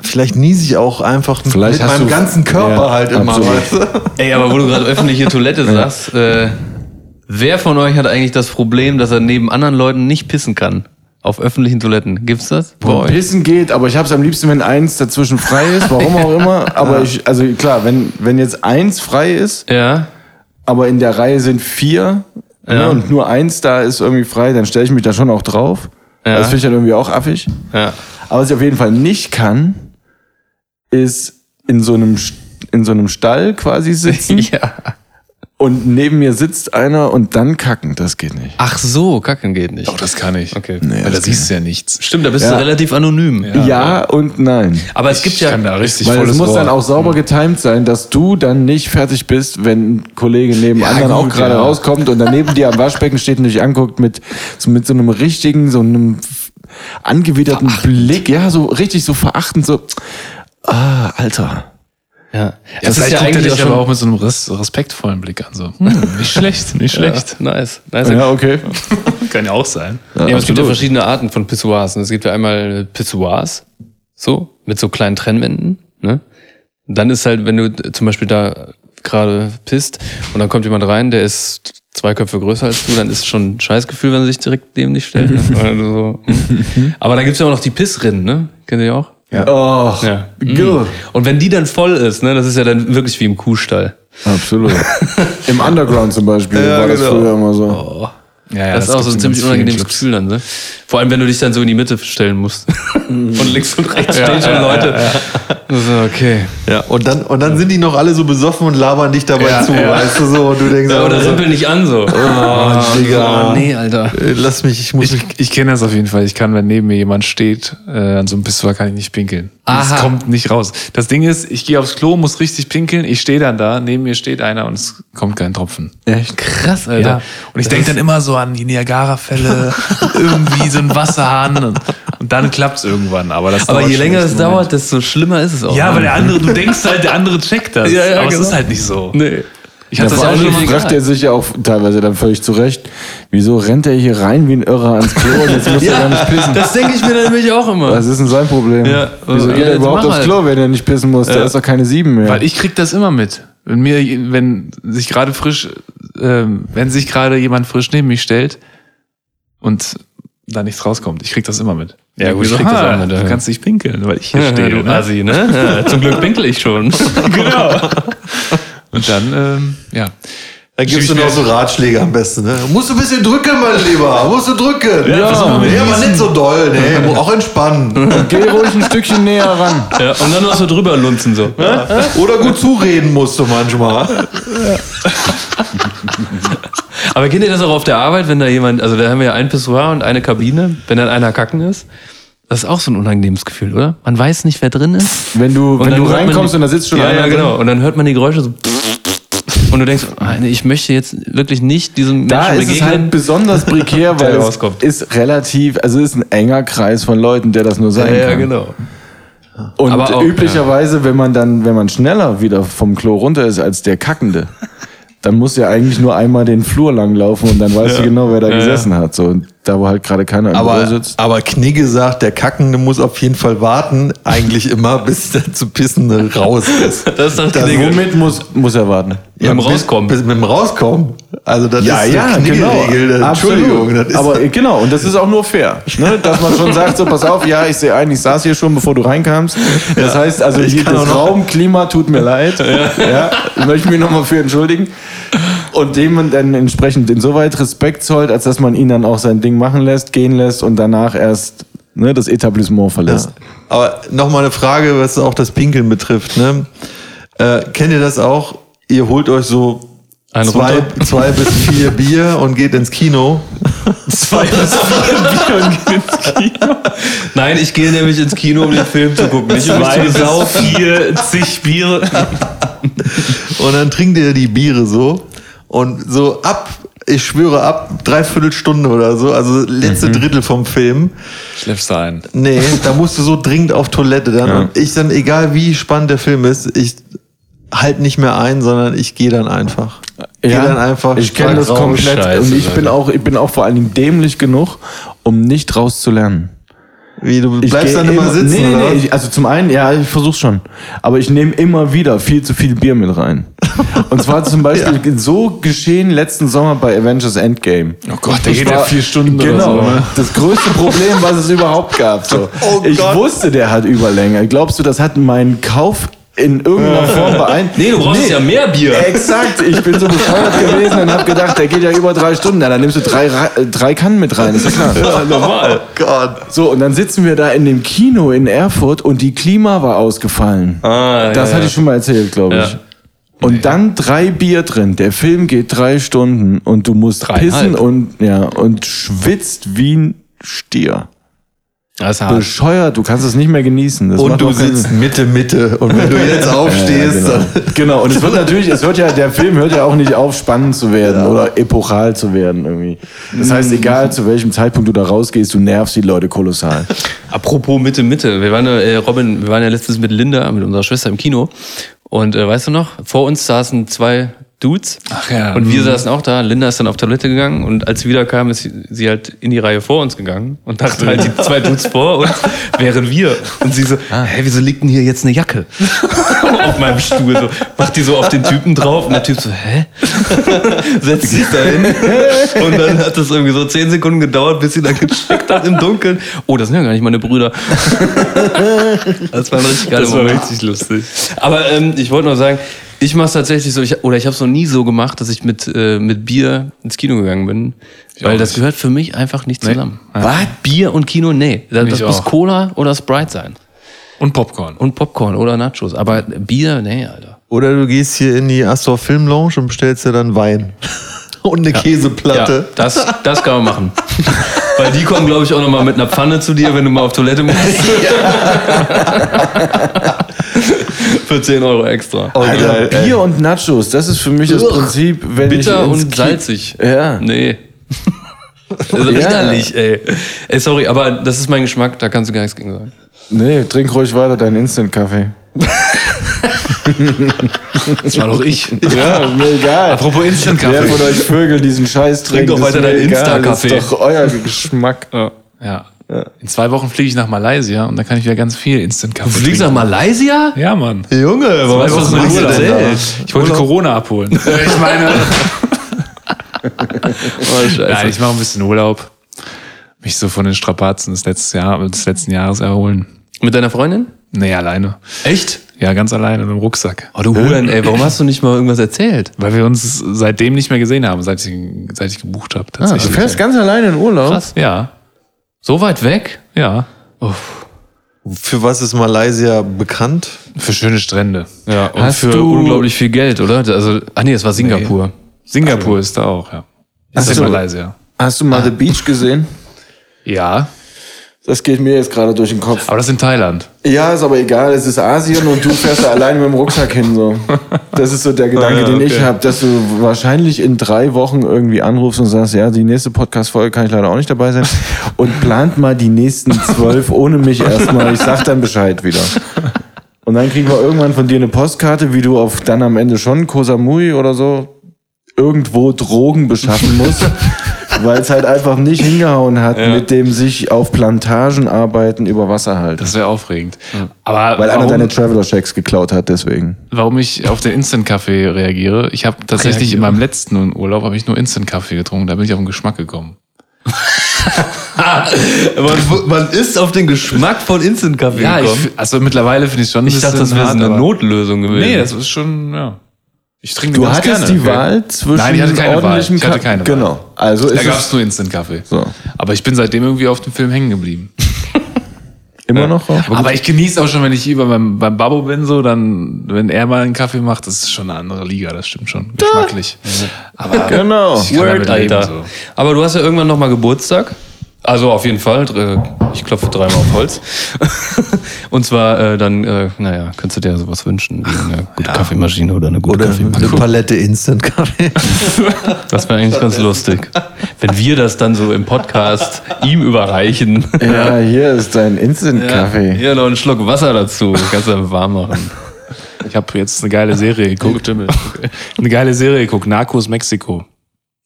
vielleicht niese ich auch einfach Vielleicht mit hast meinem du- ganzen Körper Ja, halt immer. absolut. Weißt du? Ey, aber wo du gerade öffentliche Toilette sagst, äh, wer von euch hat eigentlich das Problem, dass er neben anderen Leuten nicht pissen kann? Auf öffentlichen Toiletten. Gibt's das? Bei Boah, euch? Pissen geht, aber ich hab's am liebsten, wenn eins dazwischen frei ist, warum auch *laughs* immer. Aber ich, also klar, wenn, wenn jetzt eins frei ist, Ja. aber in der Reihe sind vier ne, Ja. und nur eins da ist irgendwie frei, dann stelle ich mich da schon auch drauf. Das finde ich dann irgendwie auch affig. Ja. Aber was ich auf jeden Fall nicht kann, ist in so einem, St- in so einem Stall quasi sitzen *laughs* *laughs* ja. und neben mir sitzt einer und dann kacken. Das geht nicht. Ach so, kacken geht nicht. Doch, Oh, das kann ich. Okay. Weil da das siehst du ja nichts. Stimmt, da bist Ja. du relativ anonym. Ja, und nein. Aber es gibt Ich ja. kann da richtig Weil volles es muss Rohr. Hm. dann auch sauber getimt sein, dass du dann nicht fertig bist, wenn ein Kollege neben anderen auch gut, gerade ja. rauskommt und daneben dir am Waschbecken steht und dich anguckt mit so, mit so einem richtigen, so einem f- angewiderten Blick. Ja, so richtig so verachtend, so, ah, Alter. ja. Ja, Es ist vielleicht ja guckt er eigentlich auch dich schon aber auch mit so einem res respektvollen Blick an. So. Hm, *laughs* nicht schlecht, nicht schlecht. Nice, nice. Ja, okay. Kann ja auch sein. Ja, aber es gibt ja verschiedene Arten von Pissoirs. Und Es gibt ja einmal Pissoirs, so, mit so kleinen Trennwänden. Ne? Dann ist halt, wenn du äh, zum Beispiel da gerade pisst und dann kommt jemand rein, der ist zwei Köpfe größer als du, dann ist schon ein Scheißgefühl, wenn er sich direkt neben dich stellt. Ne? Oder so. hm. Aber dann gibt's ja auch noch die Pissrinnen, ne? Kennt ihr die auch? Oh, *laughs* Genau. Ja. Und wenn die dann voll ist, ne, das ist ja dann wirklich wie im Kuhstall. *laughs* Absolut. Im Underground zum Beispiel Ja, war das genau. früher immer so. Oh. Ja, ja, das, ist auch so gibt's ein ziemlich in ganz vielen unangenehmes Clubs. Gefühl dann, ne? Vor allem, wenn du dich dann so in die Mitte stellen musst. Mhm. *laughs* und links und rechts stehen schon Leute. So, okay. Ja, und dann, und dann sind die noch alle so besoffen und labern dich dabei Ja, zu, ja. weißt du so. Und du denkst, Ja, Genau, aber oder so, rempel nicht an so. Ah, oh, Digga. Oh, nee, Alter. Äh, Lass mich, ich muss Ich, mich. ich kenne das auf jeden Fall. Ich kann, wenn neben mir jemand steht, äh, an so einem Pissoir kann ich nicht pinkeln. Aha. Das kommt nicht raus. Das Ding ist, ich gehe aufs Klo, muss richtig pinkeln, ich stehe dann da, neben mir steht einer und es kommt kein Tropfen. Krass, Alter. Und ich denke dann immer so an *laughs* die Niagara-Fälle, irgendwie so ein Wasserhahn und, und dann klappt's irgendwann. Aber, das Aber dauert je schon länger echt es einen Moment. dauert, desto schlimmer ist es auch. Ja, weil der andere, du denkst halt, der andere checkt das. Ja, ja, aber es genau. ist halt nicht so. Nee. Ich hatte Ja, das vor auch allem schon mal fragt fragt er sich ja auch teilweise dann völlig zurecht, wieso rennt er hier rein wie ein Irrer ans Klo und jetzt muss *laughs* er gar nicht pissen. Das denke ich mir dann nämlich auch immer. Was ist denn sein Problem? Ja, wieso äh, geht ja, er jetzt überhaupt mach aufs halt. Klo, wenn er nicht pissen muss? Da ist doch keine sieben mehr. Weil ich krieg das immer mit. Wenn mir, wenn sich gerade frisch, ähm, wenn sich gerade jemand frisch neben mich stellt und da nichts rauskommt, ich krieg das immer mit. Ja, gut, ich ich krieg krieg das ah, auch mit, Du ja. kannst dich pinkeln, weil ich hier *laughs* stehe. du ne? Assi, ne? Ja, zum Glück winkel ich *laughs* schon. genau. Und dann, ähm, ja. Da gibst du ich mir- noch so Ratschläge am besten, ne? Musst du ein bisschen drücken, mein Lieber. Musst du drücken. Ja, nee, aber nicht so doll, ne? Mu- Auch entspannen. Geh ruhig ein Stückchen näher *laughs* ran. Ja, und dann noch so drüber lunzen so. Oder gut zureden musst du manchmal. Aber kennt ihr das auch auf der Arbeit, wenn da jemand, also da haben wir ja ein Pissoir und eine Kabine, wenn dann einer kacken ist? Das ist auch so ein unangenehmes Gefühl, oder? Man weiß nicht, wer drin ist. Wenn du, wenn dann du hört man reinkommst die- und da sitzt schon ja, einer Ja, drin. genau. Und dann hört man die Geräusche so. *laughs* Und du denkst, ah, nee, ich möchte jetzt wirklich nicht diesem Da Menschen ist es halt begegnen. besonders *laughs* prekär, weil es rauskommt. ist relativ, also es ist ein enger Kreis von Leuten, der das nur sein ja, kann. genau. Und Aber auch- üblicherweise, wenn man dann, wenn man schneller wieder vom Klo runter ist als der *laughs* Kackende, dann muss ja eigentlich nur einmal den Flur lang laufen und dann weißt du genau, wer da gesessen hat. So, und da wo halt gerade keiner im Büro Aber, sitzt. aber Knigge sagt, der Kackende muss auf jeden Fall warten. Eigentlich immer, *laughs* bis der zu Pissende raus ist. *laughs* Das ist dann Das- Knigge. Womit muss, muss er warten? Beim bis- Rauskommen. Bis, mit dem Rauskommen. Also das ist eine Knigge-Regel. genau. genau. Absolut. Entschuldigung. Das ist aber äh, genau, und das ist auch nur fair, ne? dass man schon sagt, so pass auf, ja, ich sehe ein, ich saß hier schon, bevor du reinkamst. Das heißt, also hier kann das auch noch- Raumklima tut mir leid. Ja. ich möchte mich nochmal für entschuldigen. Und dem man dann entsprechend insoweit Respekt zollt, als dass man ihn dann auch sein Ding machen lässt, gehen lässt und danach erst ne, das Etablissement verlässt. Aber nochmal eine Frage, was auch das Pinkeln betrifft. Ne? Äh, kennt ihr das auch? Ihr holt euch so Eine zwei, runter. zwei bis *laughs* vier Bier und geht ins Kino. Zwei bis vier Bier und geh ins Kino. Nein, ich gehe nämlich ins Kino, um den Film *laughs* zu gucken. Nicht um mich zu besaufen. vier, zig Bier. Und dann trinkt ihr die Biere so. Und so ab, ich schwöre, ab dreiviertel Stunde oder so, also Mhm. letzte Drittel vom Film, Schläfst du ein. Nee, da musst du so dringend auf Toilette dann. Und ich dann, egal wie spannend der Film ist, ich halt nicht mehr ein, sondern ich gehe dann einfach. Geh dann einfach. Ich kenne das Raum. komplett Scheiße, und ich bin, Alter. auch, ich bin auch vor allen Dingen dämlich genug, um nicht raus zu lernen. Wie, du Ich bleibst geh dann immer immer- sitzen, Nee, nee, oder? nee. Ich, also zum einen, ja, ich versuch's schon. Aber ich nehme immer wieder viel zu viel Bier mit *laughs* rein. Und zwar zum Beispiel so geschehen letzten Sommer bei Avengers Endgame. Oh Gott, der Ich geht ja war- vier Stunden genau, oder so. ne? Das größte Problem, was es überhaupt gab. So. *laughs* Oh ich Gott. wusste, der hat Überlänge. Glaubst du, das hat meinen Kauf in irgendeiner Form beeinflusst? Nee, du brauchst ja mehr Bier. Exakt, ich bin so bescheuert gewesen und hab gedacht, der geht ja über drei Stunden. Na, dann nimmst du drei, Ra- äh, drei Kannen mit rein, ist ja klar. normal. Oh Gott. So, und dann sitzen wir da in dem Kino in Erfurt und die Klima war ausgefallen. Ah, das ja, hatte ja. ich schon mal erzählt, glaube ich. Ja. Und dann drei Bier drin. Der Film geht drei Stunden und du musst Dreieinhalb. pissen und, ja, und schwitzt wie ein Stier. Das ist hart. Bescheuert, du kannst es nicht mehr genießen. Das Und macht du auch keinen sitzt Sinn. Mitte, Mitte. Und *laughs* wenn du jetzt aufstehst, Ja, dann. genau. genau, und es wird natürlich, es hört ja, der Film hört ja auch nicht auf, spannend zu werden oder epochal zu werden irgendwie. Das heißt, Hm. egal zu welchem Zeitpunkt du da rausgehst, du nervst die Leute kolossal. Apropos Mitte, Mitte. Wir waren, ja, äh, Robin, wir waren ja letztens mit Linda, mit unserer Schwester im Kino. Und äh, weißt du noch, vor uns saßen zwei Dudes. Ach ja. Und wir Mhm. saßen auch da. Linda ist dann auf Toilette gegangen. Und als sie wieder kam, ist sie, sie halt in die Reihe vor uns gegangen und dachte halt, die zwei Dudes vor *laughs* uns wären wir. Und sie so, Ah. hey, wieso liegt denn hier jetzt eine *laughs* Jacke? auf meinem Stuhl. So, macht die so auf den Typen drauf. Und der Typ so, hä? setzt sich da *laughs* hin. Und dann hat das irgendwie so zehn Sekunden gedauert, bis sie dann gecheckt hat im Dunkeln. Oh, das sind ja gar nicht meine *laughs* Brüder. Das war ein richtig geiler Das war Moment. richtig lustig. Aber ähm, ich wollte nur sagen, Ich mach's tatsächlich so, ich, oder ich habe es noch nie so gemacht, dass ich mit, äh, mit Bier ins Kino gegangen bin. weil das gehört für mich einfach nicht zusammen. Was? Bier und Kino? Nee. Das, Ich das muss auch. Cola oder Sprite sein. Und Popcorn. Und Popcorn oder Nachos. Aber Bier, nee, Alter. Oder du gehst hier in die Astor Film Lounge und bestellst dir dann Wein. *laughs* Und eine Käseplatte. das, das kann man machen. Weil die kommen, glaube ich, auch nochmal mit einer Pfanne zu dir, wenn du mal auf Toilette musst. *laughs* Für 10 Euro extra. Oh, Alter, Also Bier und Nachos, das ist für mich das Uch. Prinzip, wenn Bitter ich ins und Ki- salzig. Ja. Nee. Also Widerlich, ey. ey. Sorry, aber das ist mein Geschmack, da kannst du gar nichts gegen sagen. Nee, trink ruhig weiter deinen Instant-Kaffee. Das war doch ich. Ja, *laughs* mir egal. Apropos Wer Instant-Kaffee. von euch Vögel diesen Scheiß trinkt, doch ist weiter mir deinen egal. Insta-Kaffee. Das ist doch euer Geschmack. Ja. In zwei Wochen fliege ich nach Malaysia und dann kann ich wieder ganz viel Instant-Kaffee. Du fliegst nach Malaysia? Ja, Mann. Junge, Weißt du, was machst mir du denn da? erzählt? Ich wollte Corona *laughs* abholen. ich meine. Nein, ich mache ein bisschen Urlaub. Mich so von den Strapazen des letzten, Jahr, des letzten Jahres erholen. Mit deiner Freundin? Nee, alleine. Echt? Ja, ganz alleine mit dem Rucksack. Oh, du Huren, ey, warum hast du nicht mal irgendwas erzählt? Weil wir uns seitdem nicht mehr gesehen haben, seit ich, seit ich gebucht habe. Ah, Tatsächlich. ganz alleine in Urlaub. Krass. ja, So weit weg? ja. Für was ist Malaysia bekannt? Für schöne Strände. Ja, und Hast für du- unglaublich viel Geld, oder? Also, ah nee, das war Singapur. Singapur ist da auch, ja. Ist in so. Malaysia. Hast du mal The Beach gesehen? Ja. Das geht mir jetzt gerade durch den Kopf. Aber das ist in Thailand. Ja, ist aber egal, es ist Asien und du fährst da alleine mit dem Rucksack hin. So. Das ist so der Gedanke, Ah, ja, den ich okay. habe, dass du wahrscheinlich in drei Wochen irgendwie anrufst und sagst, ja, die nächste Podcast-Folge kann ich leider auch nicht dabei sein. Und plant mal die nächsten zwölf ohne mich erstmal. Ich sag dann Bescheid wieder. Und dann kriegen wir irgendwann von dir eine Postkarte, wie du auf dann am Ende schon Koh Samui oder so irgendwo Drogen beschaffen musst, weil es halt einfach nicht hingehauen hat mit dem sich auf Plantagen arbeiten über Wasser halten. Das wäre aufregend. Aber Weil einer warum- deine Traveler-Checks geklaut hat, deswegen. warum ich auf den Instant-Kaffee reagiere. Ich habe tatsächlich in meinem letzten Urlaub habe ich nur Instant-Kaffee getrunken. Da bin ich auf den Geschmack gekommen. Man, man ist auf den Geschmack von Instant-Kaffee Ja, ich, gekommen. f- also mittlerweile finde ich schon. ein Ich dachte, das bisschen wäre so hart, eine aber- Notlösung gewesen. Nee, das ist schon, ja. Ich trinke Du den ganz hattest gerne. die Wahl zwischen Nein, ich hatte keine Wahl. ordentlichem Ich hatte Ka- keine Wahl. Genau. Also Da ist gab es es nur Instant-Kaffee. So. Aber ich bin seitdem irgendwie auf dem Film hängen geblieben. immer noch auf. Aber ich genieße auch schon, wenn ich hier beim, beim Babbo bin, so, dann, wenn er mal einen Kaffee macht, das ist schon eine andere Liga, das stimmt schon. Geschmacklich. Aber Genau. ich kann Word, damit leben, Alter. so. Aber du hast ja irgendwann nochmal Geburtstag. Also auf jeden Fall. äh, Ich klopfe dreimal auf Holz. *laughs* Und zwar äh, dann, äh, naja, könntest du dir ja sowas wünschen. wie Eine gute Kaffeemaschine oder eine gute Oder Kaffeemaschine. eine Palette Instant-Kaffee? Das wäre eigentlich ganz lustig. Wenn wir das dann so im *laughs* Podcast ihm überreichen. Ja, hier ist dein Instant-Kaffee. Hier noch einen Schluck Wasser dazu. Kannst du dann warm machen. Ich habe jetzt eine geile *laughs* Serie geguckt. eine geile Serie geguckt. Narcos Mexiko.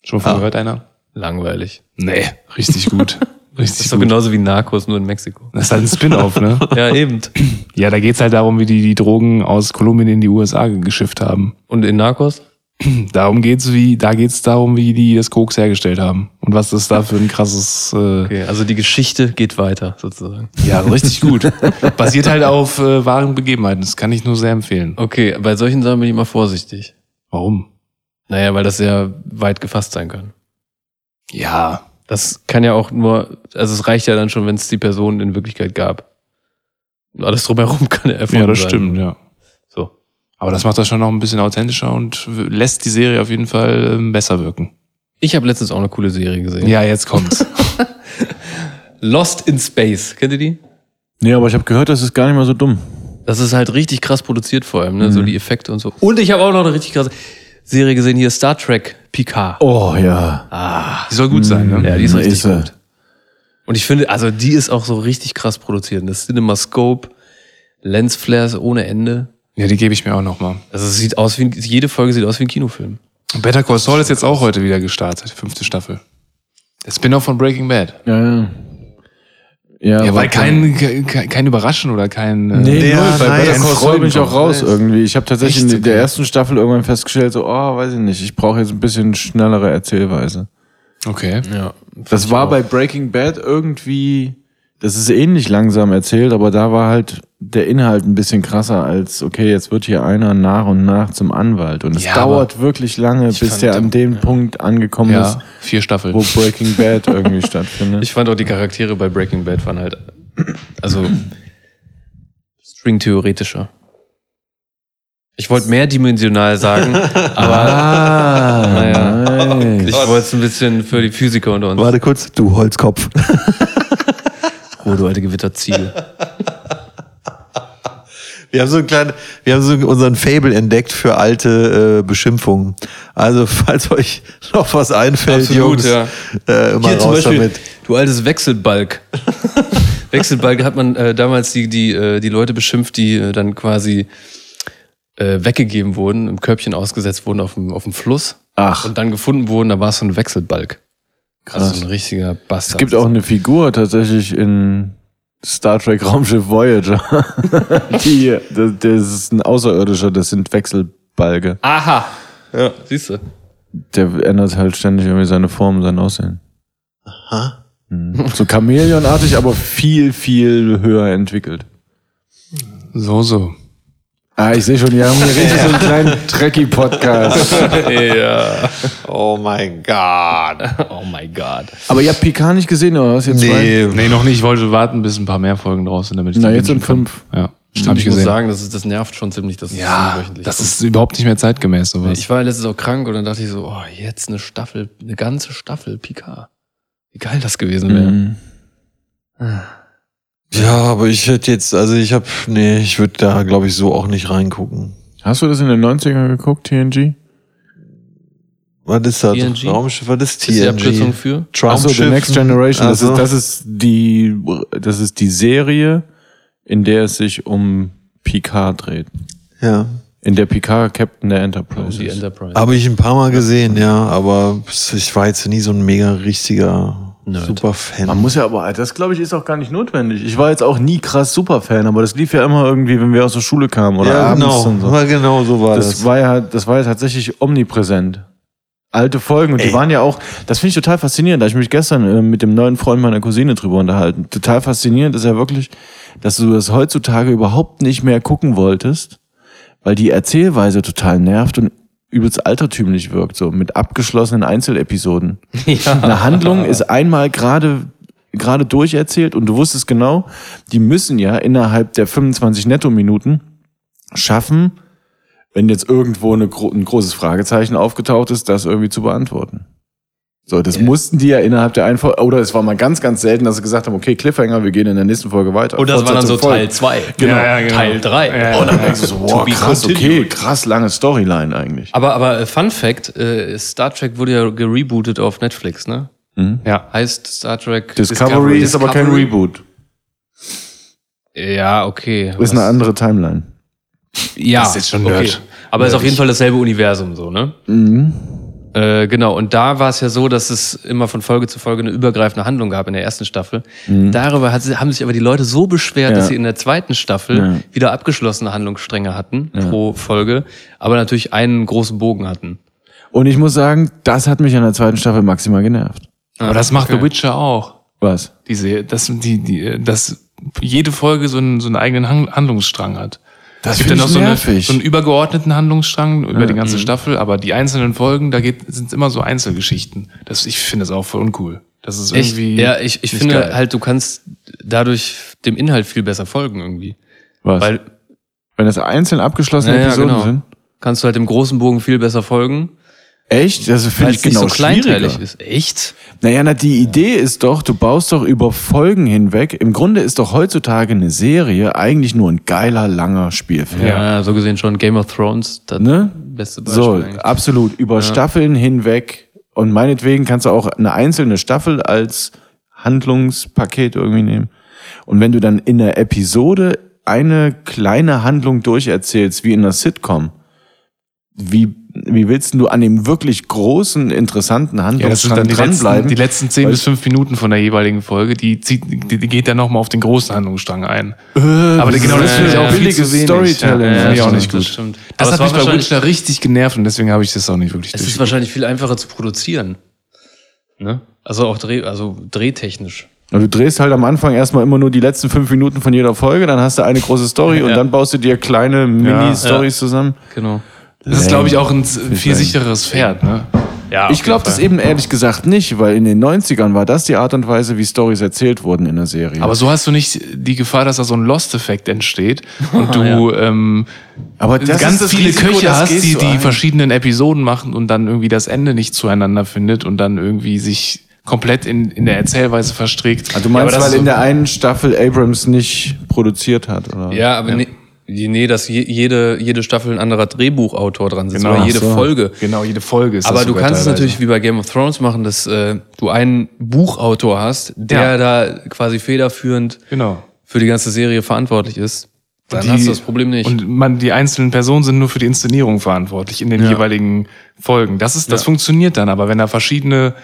Schon von gehört einer? Langweilig. Ah. Nee. Richtig gut. Das *laughs* Richtig ist doch gut. genauso wie Narcos, nur in Mexiko. Das ist halt ein Spin-off, ne? Ja, eben. Ja, da geht's halt darum, wie die die Drogen aus Kolumbien in die USA geschifft haben. Und in Narcos? Darum geht's wie, da geht's darum, wie die das Koks hergestellt haben und was das da für ein krasses, äh, Okay, also die Geschichte geht weiter, sozusagen. ja richtig gut. *laughs* Basiert halt auf äh, wahren Begebenheiten. Das kann ich nur sehr empfehlen. Okay, bei solchen Sachen bin ich immer vorsichtig. Warum? Naja, weil das sehr weit gefasst sein kann. Ja, Das kann ja auch nur, also es reicht ja dann schon, wenn es die Person in Wirklichkeit gab. Alles drumherum *laughs* kann ja erfunden ja, das sein. stimmt. Ja. So. Aber das macht das schon noch ein bisschen authentischer und w- lässt die Serie auf jeden Fall ähm, besser wirken. Ich habe letztens auch eine coole Serie gesehen. Ja, jetzt kommt's. Lost in Space. Kennt ihr die? Nee, aber ich habe gehört, das ist gar nicht mal so dumm. Das ist halt richtig krass produziert vor allem, ne? So die Effekte und so. Und ich habe auch noch eine richtig krasse Serie gesehen hier, Star Trek Picard. Oh ja. Die soll gut sein, ne? Ja, die Mhm. ist richtig er. gut. Und ich finde, also die ist auch so richtig krass produziert. Das CinemaScope, Lensflares ohne Ende. *laughs* Ja, die gebe ich mir auch nochmal. Also es sieht aus wie ein, jede Folge sieht aus wie ein Kinofilm. Better Call Saul ist jetzt auch heute wieder gestartet, fünfte Staffel. Der Spin-off von Breaking Bad. Ja, ja. Ja, Ja, aber- weil kein, kein, kein Überraschen oder kein. äh, Nee, Ja, null, bei nein, Better Call Saul bin ich auch Freudenkampf. raus irgendwie. Ich habe tatsächlich Echt? in der ersten Staffel irgendwann festgestellt, so, oh, weiß ich nicht, ich brauche jetzt ein bisschen schnellere Erzählweise. Okay. Ja. Das war bei Breaking Bad irgendwie, das ist ähnlich langsam erzählt, aber da war halt der Inhalt ein bisschen krasser als, okay, jetzt wird hier einer nach und nach zum Anwalt. Und es Ja, dauert wirklich lange, bis fand der den- an dem Punkt angekommen ist, Ja, vier Staffeln. wo Breaking Bad irgendwie *laughs* stattfindet. Ich fand auch die Charaktere bei Breaking Bad waren halt, also stringtheoretischer. Ich wollte mehrdimensional *laughs* sagen, aber *laughs* ah, naja, nice. ich wollte es ein bisschen für die Physiker unter uns. Warte kurz, du Holzkopf. Oh, du alte Gewitterziele. Wir haben so einen kleinen, wir haben so unseren Fable entdeckt für alte äh, Beschimpfungen. Also *laughs* falls euch noch was einfällt, Absolut, Jungs, ja. äh, immer Hier zum raus Beispiel, damit. du altes Wechselbalg. Wechselbalg hat man äh, damals die, die, äh, die Leute beschimpft, die äh, dann quasi äh, weggegeben wurden, im Körbchen ausgesetzt wurden auf dem, auf dem Fluss Ach, und dann gefunden wurden, da war es so ein Wechselbalg. Krass. Also so ein richtiger Bastard. es gibt auch eine Figur tatsächlich in Star Trek Raumschiff Voyager. *laughs* die, das, das ist ein Außerirdischer, das sind Wechselbalge. Aha. Ja, siehst du. Der ändert halt ständig irgendwie seine Form, sein Aussehen. Ha? Mhm. So Chamäleonartig, aber viel, viel höher entwickelt. So, so. Ah, ich sehe schon, wir haben hier richtig so einen kleinen Trekkie-Podcast. ja. Oh mein Gott. Oh mein Gott. Aber ihr habt Picard nicht gesehen, oder was? Jetzt Nee, Nee, noch nicht. Ich wollte warten, bis ein paar mehr Folgen draus sind, damit ich Na, die jetzt bingen sind fünf. kann. Ja, hab ich ich muss gesehen. sagen, das, ist, das nervt schon ziemlich, dass es so ja, wöchentlich das kommt. ist überhaupt nicht mehr zeitgemäß, sowas. Ich war ja letztens auch krank und dann dachte ich so, oh, jetzt eine Staffel, eine ganze Staffel Picard. Wie geil das gewesen wäre. Mhm. Ja, aber ich hätte jetzt, also ich habe, nee, ich würde da, glaube ich, so auch nicht reingucken. Hast du das in den 90ern geguckt, TNG? Was ist das? TNG? Raumschiff, was ist Ist die Abkürzung TNG? für? Achso, The Next Generation. Das, Also- ist, das, ist die, das ist die Serie, in der es sich um Picard dreht. Ja. In der Picard Captain der Enterprise Die ist. Enterprise. Habe ich ein paar Mal gesehen, ja, aber ich war jetzt nie so ein mega richtiger Superfan. Man muss ja aber, das glaube ich, ist auch gar nicht notwendig. Ich war jetzt auch nie krass Superfan, aber das lief ja immer irgendwie, wenn wir aus der Schule kamen oder ja, abends genau. und so. Ja, genau so war das. Das war ja, das war ja tatsächlich omnipräsent. Alte Folgen und die waren ja auch, das finde ich total faszinierend, da habe ich mich gestern äh, mit dem neuen Freund meiner Cousine drüber unterhalten. Total faszinierend ist ja wirklich, dass du das heutzutage überhaupt nicht mehr gucken wolltest, weil die Erzählweise total nervt und übelst altertümlich wirkt, so mit abgeschlossenen Einzelepisoden. Eine Handlung ist einmal gerade gerade durcherzählt und du wusstest genau, die müssen ja innerhalb der 25 Netto-Minuten schaffen, wenn jetzt irgendwo eine, gro- ein großes Fragezeichen aufgetaucht ist, das irgendwie zu beantworten. So, das mussten die ja innerhalb der einen Folge, oder es war mal ganz, ganz selten, dass sie gesagt haben, okay, Cliffhanger, wir gehen in der nächsten Folge weiter. und das war dann so Fortsetzung Teil folgt. 2. Genau. Ja, ja, genau. Teil 3. Ja, ja. Und dann denkst du so, wow, be krass, continued. okay, krass lange Storyline eigentlich. Aber, aber äh, Fun Fact, äh, Star Trek wurde ja gerebootet auf Netflix, ne? Ja. Heißt Star Trek Mhm. Discovery, ist aber kein Discovery? Reboot. Ja, okay. Ist eine andere Timeline. ja. Das ist jetzt schon Nerd. Aber ist auf jeden Fall dasselbe Universum so, ne? Mhm. Äh, genau, und da war es ja so, dass es immer von Folge zu Folge eine übergreifende Handlung gab in der ersten Staffel. Darüber hat, haben sich aber die Leute so beschwert, Mhm. Ja. dass sie in der zweiten Staffel Ja. wieder abgeschlossene Handlungsstränge hatten pro Folge, aber natürlich einen großen Bogen hatten. Und ich muss sagen, das hat mich an der zweiten Staffel maximal genervt. Aber das macht The Witcher auch. Was? Diese, dass, die, die, dass jede Folge so einen, so einen eigenen Han- Handlungsstrang hat. Das Es gibt ja noch so, eine, nervig. so einen übergeordneten Handlungsstrang über die ganze Staffel, aber die einzelnen Folgen, da sind immer so Einzelgeschichten. Das, ich finde das auch voll uncool. Das ist Echt? irgendwie. Ja, ich, ich nicht finde geil. halt, du kannst dadurch dem Inhalt viel besser folgen irgendwie. Was? Weil Wenn das einzeln abgeschlossene Ja, ja, Episoden genau. sind. kannst du halt dem großen Bogen viel besser folgen, Echt? Das weil finde ich es nicht genau so kleinteilig schwieriger. ist. Echt? Naja, na, die Idee ist doch, du baust doch über Folgen hinweg. Im Grunde ist doch heutzutage eine Serie eigentlich nur ein geiler, langer Spielfilm. Ja, so gesehen schon Game of Thrones, das Ne? beste Beispiel. So, eigentlich. absolut. Über Staffeln hinweg. Und meinetwegen kannst du auch eine einzelne Staffel als Handlungspaket irgendwie nehmen. Und wenn du dann in der Episode eine kleine Handlung durcherzählst, wie in einer Sitcom, wie, wie willst denn du an dem wirklich großen, interessanten Ja, das sind Handlungsstrang dann die letzten, dranbleiben? die letzten 10 Weil- bis 5 Minuten von der jeweiligen Folge, die, zieht, die, die geht dann nochmal auf den großen Handlungsstrang ein. aber Äh, das genau das ist finde ich ja auch viel billiges zu wenig. Storytelling. Ja, ja, Finde ich ja, auch stimmt. nicht Das gut. stimmt. Aber Das es hat mich war bei wahrscheinlich- Witcher richtig genervt und deswegen habe ich das auch nicht *laughs* wirklich Es ist durch. wahrscheinlich viel einfacher zu produzieren. Ne? Also auch dreh, also drehtechnisch. Na, Du drehst halt am Anfang erstmal immer nur die letzten fünf Minuten von jeder Folge, dann hast du eine große Story und Ja. dann baust du dir kleine Mini-Stories zusammen. Genau. Das ist, glaube ich, auch ein viel sichereres Pferd. Ne? Ja, Ich glaube das eben ehrlich gesagt nicht, weil in den 90ern war das die Art und Weise, wie Stories erzählt wurden in der Serie. Aber so hast du nicht die Gefahr, dass da so ein Lost-Effekt entsteht und du ähm, Aber ganz viele Köche das hast, gehst die du die ein. verschiedenen Episoden machen und dann irgendwie das Ende nicht zueinander findet und dann irgendwie sich komplett in, in der Erzählweise verstrickt. Du meinst, Ja, aber das weil ist in so- der einen Staffel Abrams nicht produziert hat, oder? Ja, aber Nee, nee, dass je, jede, jede Staffel ein anderer Drehbuchautor dran sitzt Genau, oder ach jede so. Folge. Genau, jede Folge ist Aber das du sogar kannst es teilweise. natürlich wie bei Game of Thrones machen, dass äh, du einen Buchautor hast, der Ja. da quasi federführend Genau. für die ganze Serie verantwortlich ist. Dann hast du das Problem nicht. Und man, die einzelnen Personen sind nur für die Inszenierung verantwortlich in den jeweiligen Folgen. Das ist, das Ja. funktioniert dann, aber wenn da verschiedene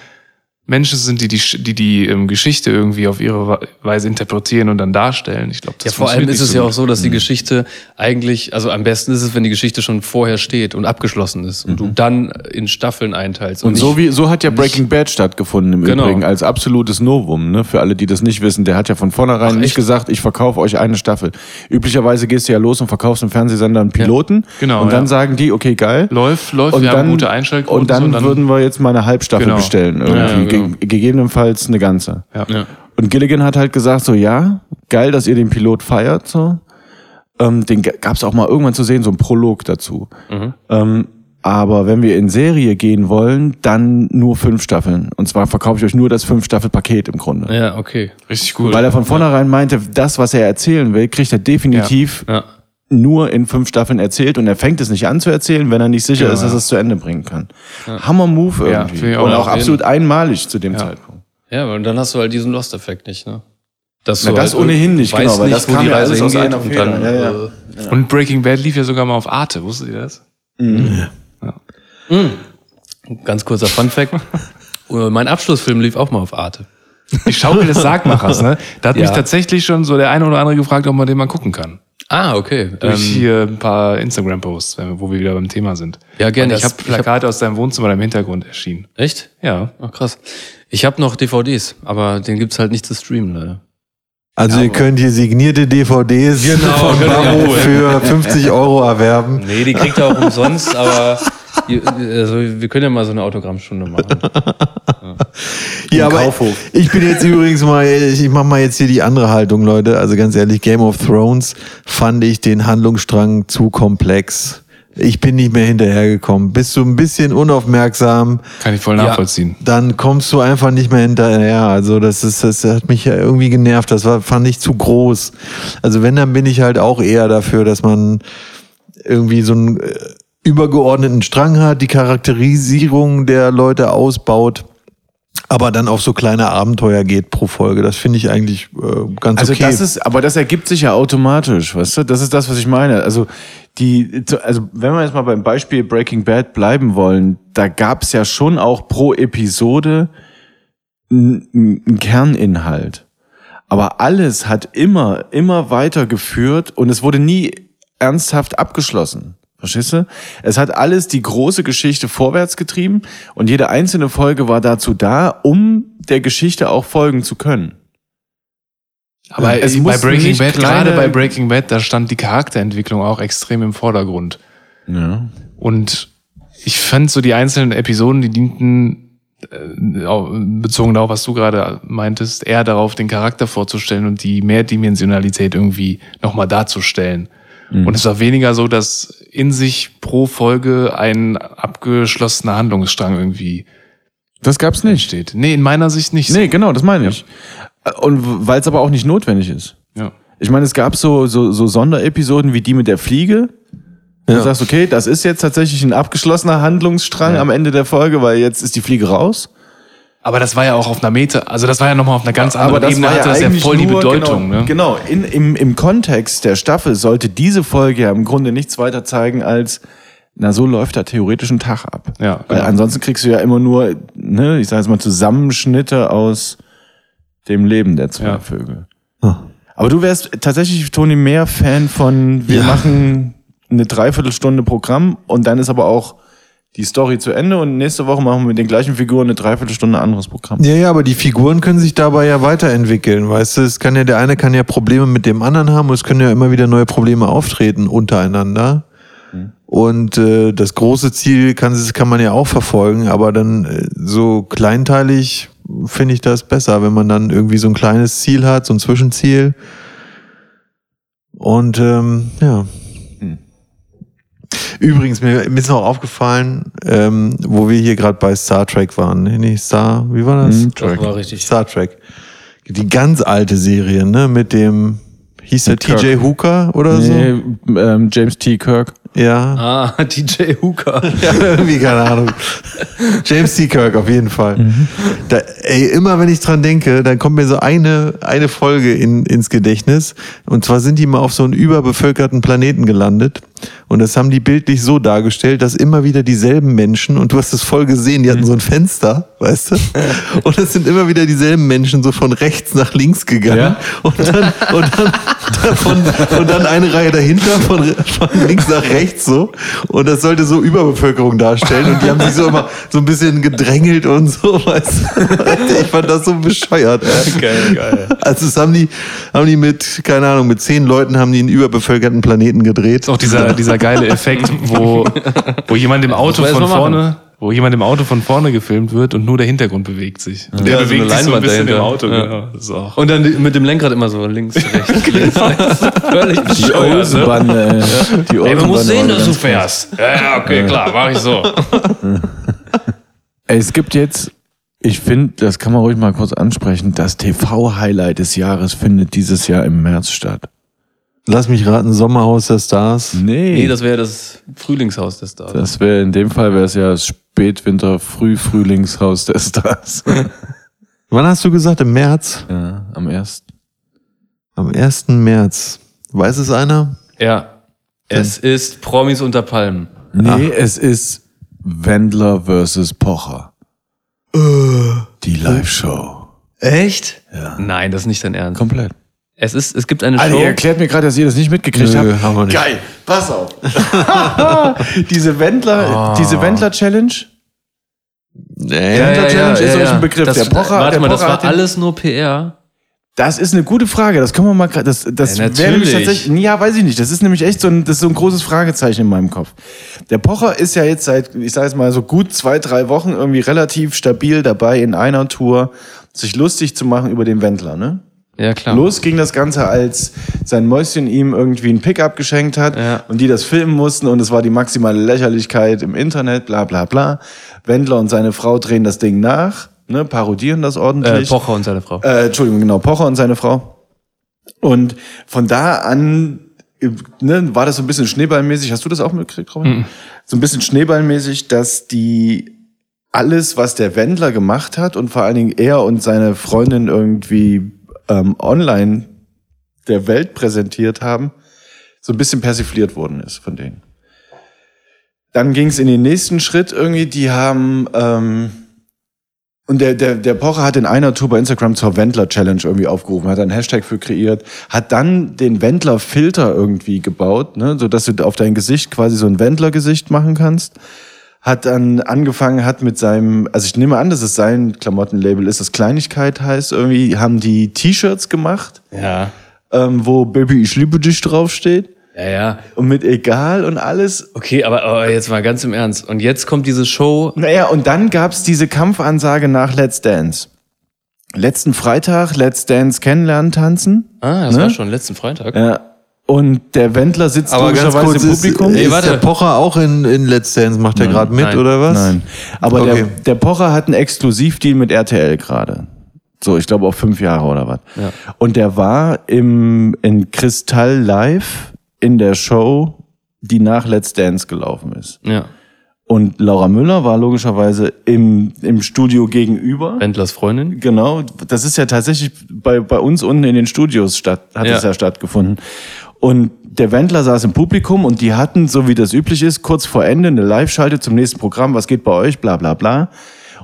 Menschen sind, die die, Sch- die, die ähm, Geschichte irgendwie auf ihre Wa- Weise interpretieren und dann darstellen, ich glaube, das ja, vor allem funktioniert ist nicht es so ja gut. auch so, dass die Geschichte eigentlich, also am besten ist es, wenn die Geschichte schon vorher steht und abgeschlossen ist und du dann in Staffeln einteilst. Mhm. Und so nicht- wie so hat ja Breaking Bad stattgefunden im Genau. Übrigen als absolutes Novum, ne? Für alle, die das nicht wissen, der hat ja von vornherein nicht echt? gesagt, ich verkaufe euch eine Staffel. Üblicherweise gehst du ja los und verkaufst im Fernsehsender einen Piloten Genau, und dann ja. sagen die, okay, geil. Läuft, läuft, und wir dann, haben gute Einschaltquoten. und dann, so, würden wir jetzt mal eine Halbstaffel Genau. bestellen irgendwie, Ja, ja, genau. Ge gegebenenfalls eine ganze. ja. Und Gilligan hat halt gesagt, so ja, geil, dass ihr den Pilot feiert, so. Ähm, den gab es auch mal irgendwann zu sehen, so ein Prolog dazu. Ähm, aber wenn wir in Serie gehen wollen, dann nur fünf Staffeln. Und zwar verkaufe ich euch nur das fünf-Staffel-Paket im Grunde. ja, okay. Richtig gut. Weil er von vornherein meinte, das, was er erzählen will, kriegt er definitiv Ja. nur in fünf Staffeln erzählt. Und er fängt es nicht an zu erzählen, wenn er nicht sicher ist, dass er es zu Ende bringen kann. Hammer-Move Genau. Ja, irgendwie. finde ich auch. Und auch Auf jeden- absolut einmalig zu dem Ja. Zeitpunkt. Ja, weil dann hast du halt diesen Lost-Effekt nicht, ne? Dass Na, du halt das ohnehin nicht, weißt genau, weil nicht, das wo kam die ja Reise alles aus hingeht einer und Feder, dann, ja, ja. äh, Und Breaking Bad lief ja sogar mal auf Arte, wusstet ihr das? Ganz *laughs* kurzer Fun-Fact. Äh, mein Abschlussfilm lief auch mal auf Arte. Die Schaukel des Sargmachers, ne? *laughs* Da hat Ja. mich tatsächlich schon so der eine oder andere gefragt, ob man den mal gucken kann. Ah, okay. Durch Ähm, hier ein paar Instagram-Posts, wenn- wo wir wieder beim Thema sind. Ja, gerne. Ich Ich habe hab- ich hab- Plakate aus deinem Wohnzimmer im Hintergrund erschienen. echt? Ja. Ach, krass. Ich habe noch DVDs, aber den gibt's halt nicht zu streamen, leider. Also ihr könnt hier signierte DVDs *laughs* Genau, von Baro *laughs* für 50 Euro erwerben. Nee, die kriegt er auch umsonst, aber ihr- also, wir können ja mal so eine Autogrammstunde machen. Ja, Im aber Kaufhof. ich bin jetzt übrigens mal, ich mache mal jetzt hier die andere Haltung, Leute. Also ganz ehrlich, Game of Thrones fand ich den Handlungsstrang zu komplex. Ich bin nicht mehr hinterhergekommen. Bist du ein bisschen unaufmerksam, Kann ich voll nachvollziehen. dann kommst du einfach nicht mehr hinterher. Also das ist, das hat mich ja irgendwie genervt. Das war, fand ich zu groß. Also wenn, dann bin ich halt auch eher dafür, dass man irgendwie so einen äh, übergeordneten Strang hat, die Charakterisierung der Leute ausbaut, aber dann auf so kleine Abenteuer geht pro Folge. Das finde ich eigentlich äh, ganz Also okay. das ist, aber das ergibt sich ja automatisch, weißt du? Das ist das, was ich meine. Also die, also wenn wir jetzt mal beim Beispiel Breaking Bad bleiben wollen, da gab es ja schon auch pro Episode n- n- einen Kerninhalt. Aber alles hat immer, immer weitergeführt und es wurde nie ernsthaft abgeschlossen. Verstehst du? Es hat alles die große Geschichte vorwärts getrieben und jede einzelne Folge war dazu da, um der Geschichte auch folgen zu können. Aber Es bei muss Breaking nicht Bad, kleine- gerade bei Breaking Bad, da stand die Charakterentwicklung auch extrem im Vordergrund. Ja. Und ich fand so die einzelnen Episoden, die dienten, äh, auch- bezogen darauf, was du gerade meintest, eher darauf, den Charakter vorzustellen und die Mehrdimensionalität irgendwie nochmal darzustellen. Mhm. Und es war weniger so, dass in sich pro Folge ein abgeschlossener Handlungsstrang irgendwie Das gab's nicht. steht. Nee, in meiner Sicht nicht. Nee, genau, das meine ich. Und weil es aber auch nicht notwendig ist. Ja. Ich meine, es gab so, so, so Sonderepisoden wie die mit der Fliege. wo Du sagst, okay, das ist jetzt tatsächlich ein abgeschlossener Handlungsstrang am Ende der Folge, weil jetzt ist die Fliege raus. Aber das war ja auch auf einer Meta, also das war ja nochmal auf einer ganz anderen aber Also das Ebene, war ja hatte das ja eigentlich voll die nur, Bedeutung. Genau, ne? genau in, im, im Kontext der Staffel sollte diese Folge ja im Grunde nichts weiter zeigen als, na so läuft da theoretisch ein Tag ab. Ja, Weil ja. ansonsten kriegst du ja immer nur, ne, ich sage jetzt mal, Zusammenschnitte aus dem Leben der zwei Ja. Vögel. Aber du wärst tatsächlich, Toni, mehr Fan von, wir Ja. machen eine Dreiviertelstunde Programm und dann ist aber auch die Story zu Ende und nächste Woche machen wir mit den gleichen Figuren eine Dreiviertelstunde anderes Programm. Ja, ja, aber die Figuren können sich dabei ja weiterentwickeln, weißt du? Es kann ja, der eine kann ja Probleme mit dem anderen haben und es können ja immer wieder neue Probleme auftreten untereinander. Und äh, das große Ziel kann, sie- kann man ja auch verfolgen, aber dann äh, so kleinteilig finde ich das besser, wenn man dann irgendwie so ein kleines Ziel hat, so ein Zwischenziel. Und ähm, ja. Hm. Übrigens, mir, mir ist noch aufgefallen, ähm, wo wir hier gerade bei Star Trek waren. Nee, nee, Star, wie war das? Hm, Das war richtig. Star Trek. Die ganz alte Serie, ne? Mit dem, hieß der Mit Kirk. TJ Hooker oder Nee, ähm, James T. Kirk. so? Ja. *laughs* Ah, DJ Hooker. ja. *laughs* Irgendwie, keine Ahnung. James T. Kirk, auf jeden Fall. Da, ey, immer wenn ich dran denke, dann kommt mir so eine, eine Folge in, ins Gedächtnis. Und zwar sind die mal auf so einen überbevölkerten Planeten gelandet. Und das haben die bildlich so dargestellt, dass immer wieder dieselben Menschen, und du hast es voll gesehen, die hatten so ein Fenster, weißt du? Und es sind immer wieder dieselben Menschen so von rechts nach links gegangen. Und, dann, und, dann, davon, und dann eine Reihe dahinter von, re- von links nach rechts so. Und das sollte so Überbevölkerung darstellen. Und die haben sich so immer so ein bisschen gedrängelt und so, *laughs* weißt du? Ich fand das so bescheuert. ey. Geil, geil. Also das haben die, haben die mit, keine Ahnung, mit zehn Leuten haben die einen überbevölkerten Planeten gedreht. Ist auch dieser, dieser geile Effekt, *laughs* wo, wo jemand im Auto man erst von mal machen. vorne, wo jemand im Auto von vorne gefilmt wird und nur der Hintergrund bewegt sich. Und Ja, der so bewegt eine sich so ein Leinwand bisschen im dahinter. Auto, Ja. genau. Das ist auch. Und dann die- mit dem Lenkrad immer so *laughs* links, rechts, links, rechts. *laughs* Völlig Die bescheuert. ne? Olsenbande, ey. Die Ey, Olsenbande man muss sehen, war dass ganz du krass. fährst. Ja, ja, okay, klar, mach ich *laughs* so. Ey, Es gibt jetzt, ich finde, das kann man ruhig mal kurz ansprechen, das TV-Highlight des Jahres findet dieses Jahr im März statt. Lass mich raten, Sommerhaus der Stars. Nee, das wäre das Frühlingshaus des Stars. Das wäre in dem Fall wäre es ja das Spätwinter, Früh-Frühlingshaus der Stars. Wann hast du gesagt? Im März? *laughs* ja, am 1. Am 1. März. Weiß es einer? Ja. Es ist Promis unter Palmen. Nee, es ist Wendler versus Pocher. Die Live-Show. Echt? Ja. Nein, das ist nicht dein Ernst. Komplett. Es ist, es gibt eine Alter, Show. ihr erklärt mir gerade, dass ihr das nicht mitgekriegt habt. haben wir nicht. Geil, pass *laughs* auf. diese Wendler, diese Wendler-Challenge. Nee. Ja, ja, Challenge ist euch ein Begriff. Das, Der Pocher- warte der mal, das Pocher war hat den- alles nur PR. Das ist eine gute Frage. Das können wir mal. gra- Das, das Ja, natürlich. wäre nämlich tatsächlich. Ja, weiß ich nicht. Das ist nämlich echt so ein, das ist so ein großes Fragezeichen in meinem Kopf. Der Pocher ist ja jetzt seit, ich sage jetzt mal so gut zwei, drei Wochen irgendwie relativ stabil dabei, in einer Tour sich lustig zu machen über den Wendler, ne? Ja, klar. Los ging das Ganze, als sein Mäuschen ihm irgendwie ein Pickup geschenkt hat Ja. und die das filmen mussten und es war die maximale Lächerlichkeit im Internet, bla bla bla. Wendler und seine Frau drehen das Ding nach, ne, parodieren das Äh, ordentlich. Pocher und seine Frau. Äh, Entschuldigung, genau, Pocher und seine Frau. Und von da an äh, ne, war das so ein bisschen schneeballmäßig. Hast du das auch mitgekriegt, Robin? So ein bisschen schneeballmäßig, dass die alles, was der Wendler gemacht hat und vor allen Dingen er und seine Freundin irgendwie ähm, online der Welt präsentiert haben, so ein bisschen persifliert worden ist von denen. Dann ging es in den nächsten Schritt irgendwie, die haben ähm, und der, der, der Pocher hat in einer Tour bei Instagram zur Wendler-Challenge irgendwie aufgerufen, hat einen Hashtag für kreiert, hat dann den Wendler-Filter irgendwie gebaut, ne, sodass du auf dein Gesicht quasi so ein Wendler-Gesicht machen kannst. Hat dann angefangen, hat mit seinem, also ich nehme an, dass es sein Klamottenlabel ist, das Kleinigkeit heißt, irgendwie haben die T-Shirts gemacht, Ja. ähm, wo Baby, ich liebe dich draufsteht Ja, ja. und mit egal und alles Okay, aber, aber jetzt mal ganz im Ernst. Und jetzt kommt diese Show. Naja, und dann gab's diese Kampfansage nach Let's Dance. Letzten Freitag, Let's Dance kennenlernen, tanzen. Ah, das Ne? war schon letzten Freitag. Ja. Und der Wendler sitzt Aber ganz logischerweise kurz, im Publikum. ist, Ey, ist warte. der Pocher auch in, in Let's Dance? Macht der gerade mit nein, oder was? Nein. Aber Okay. der, der Pocher hat einen Exklusivdeal mit RTL gerade. So, ich glaube auf fünf Jahre oder was. Ja. Und der war im, in Kristall Live in der Show, die nach Let's Dance gelaufen ist. Ja. Und Laura Müller war logischerweise im, im Studio gegenüber. Wendlers Freundin. Genau, das ist ja tatsächlich bei, bei uns unten in den Studios statt, hat Ja. es ja stattgefunden. Und der Wendler saß im Publikum und die hatten, so wie das üblich ist, kurz vor Ende eine Live-Schalte zum nächsten Programm, was geht bei euch, bla bla bla.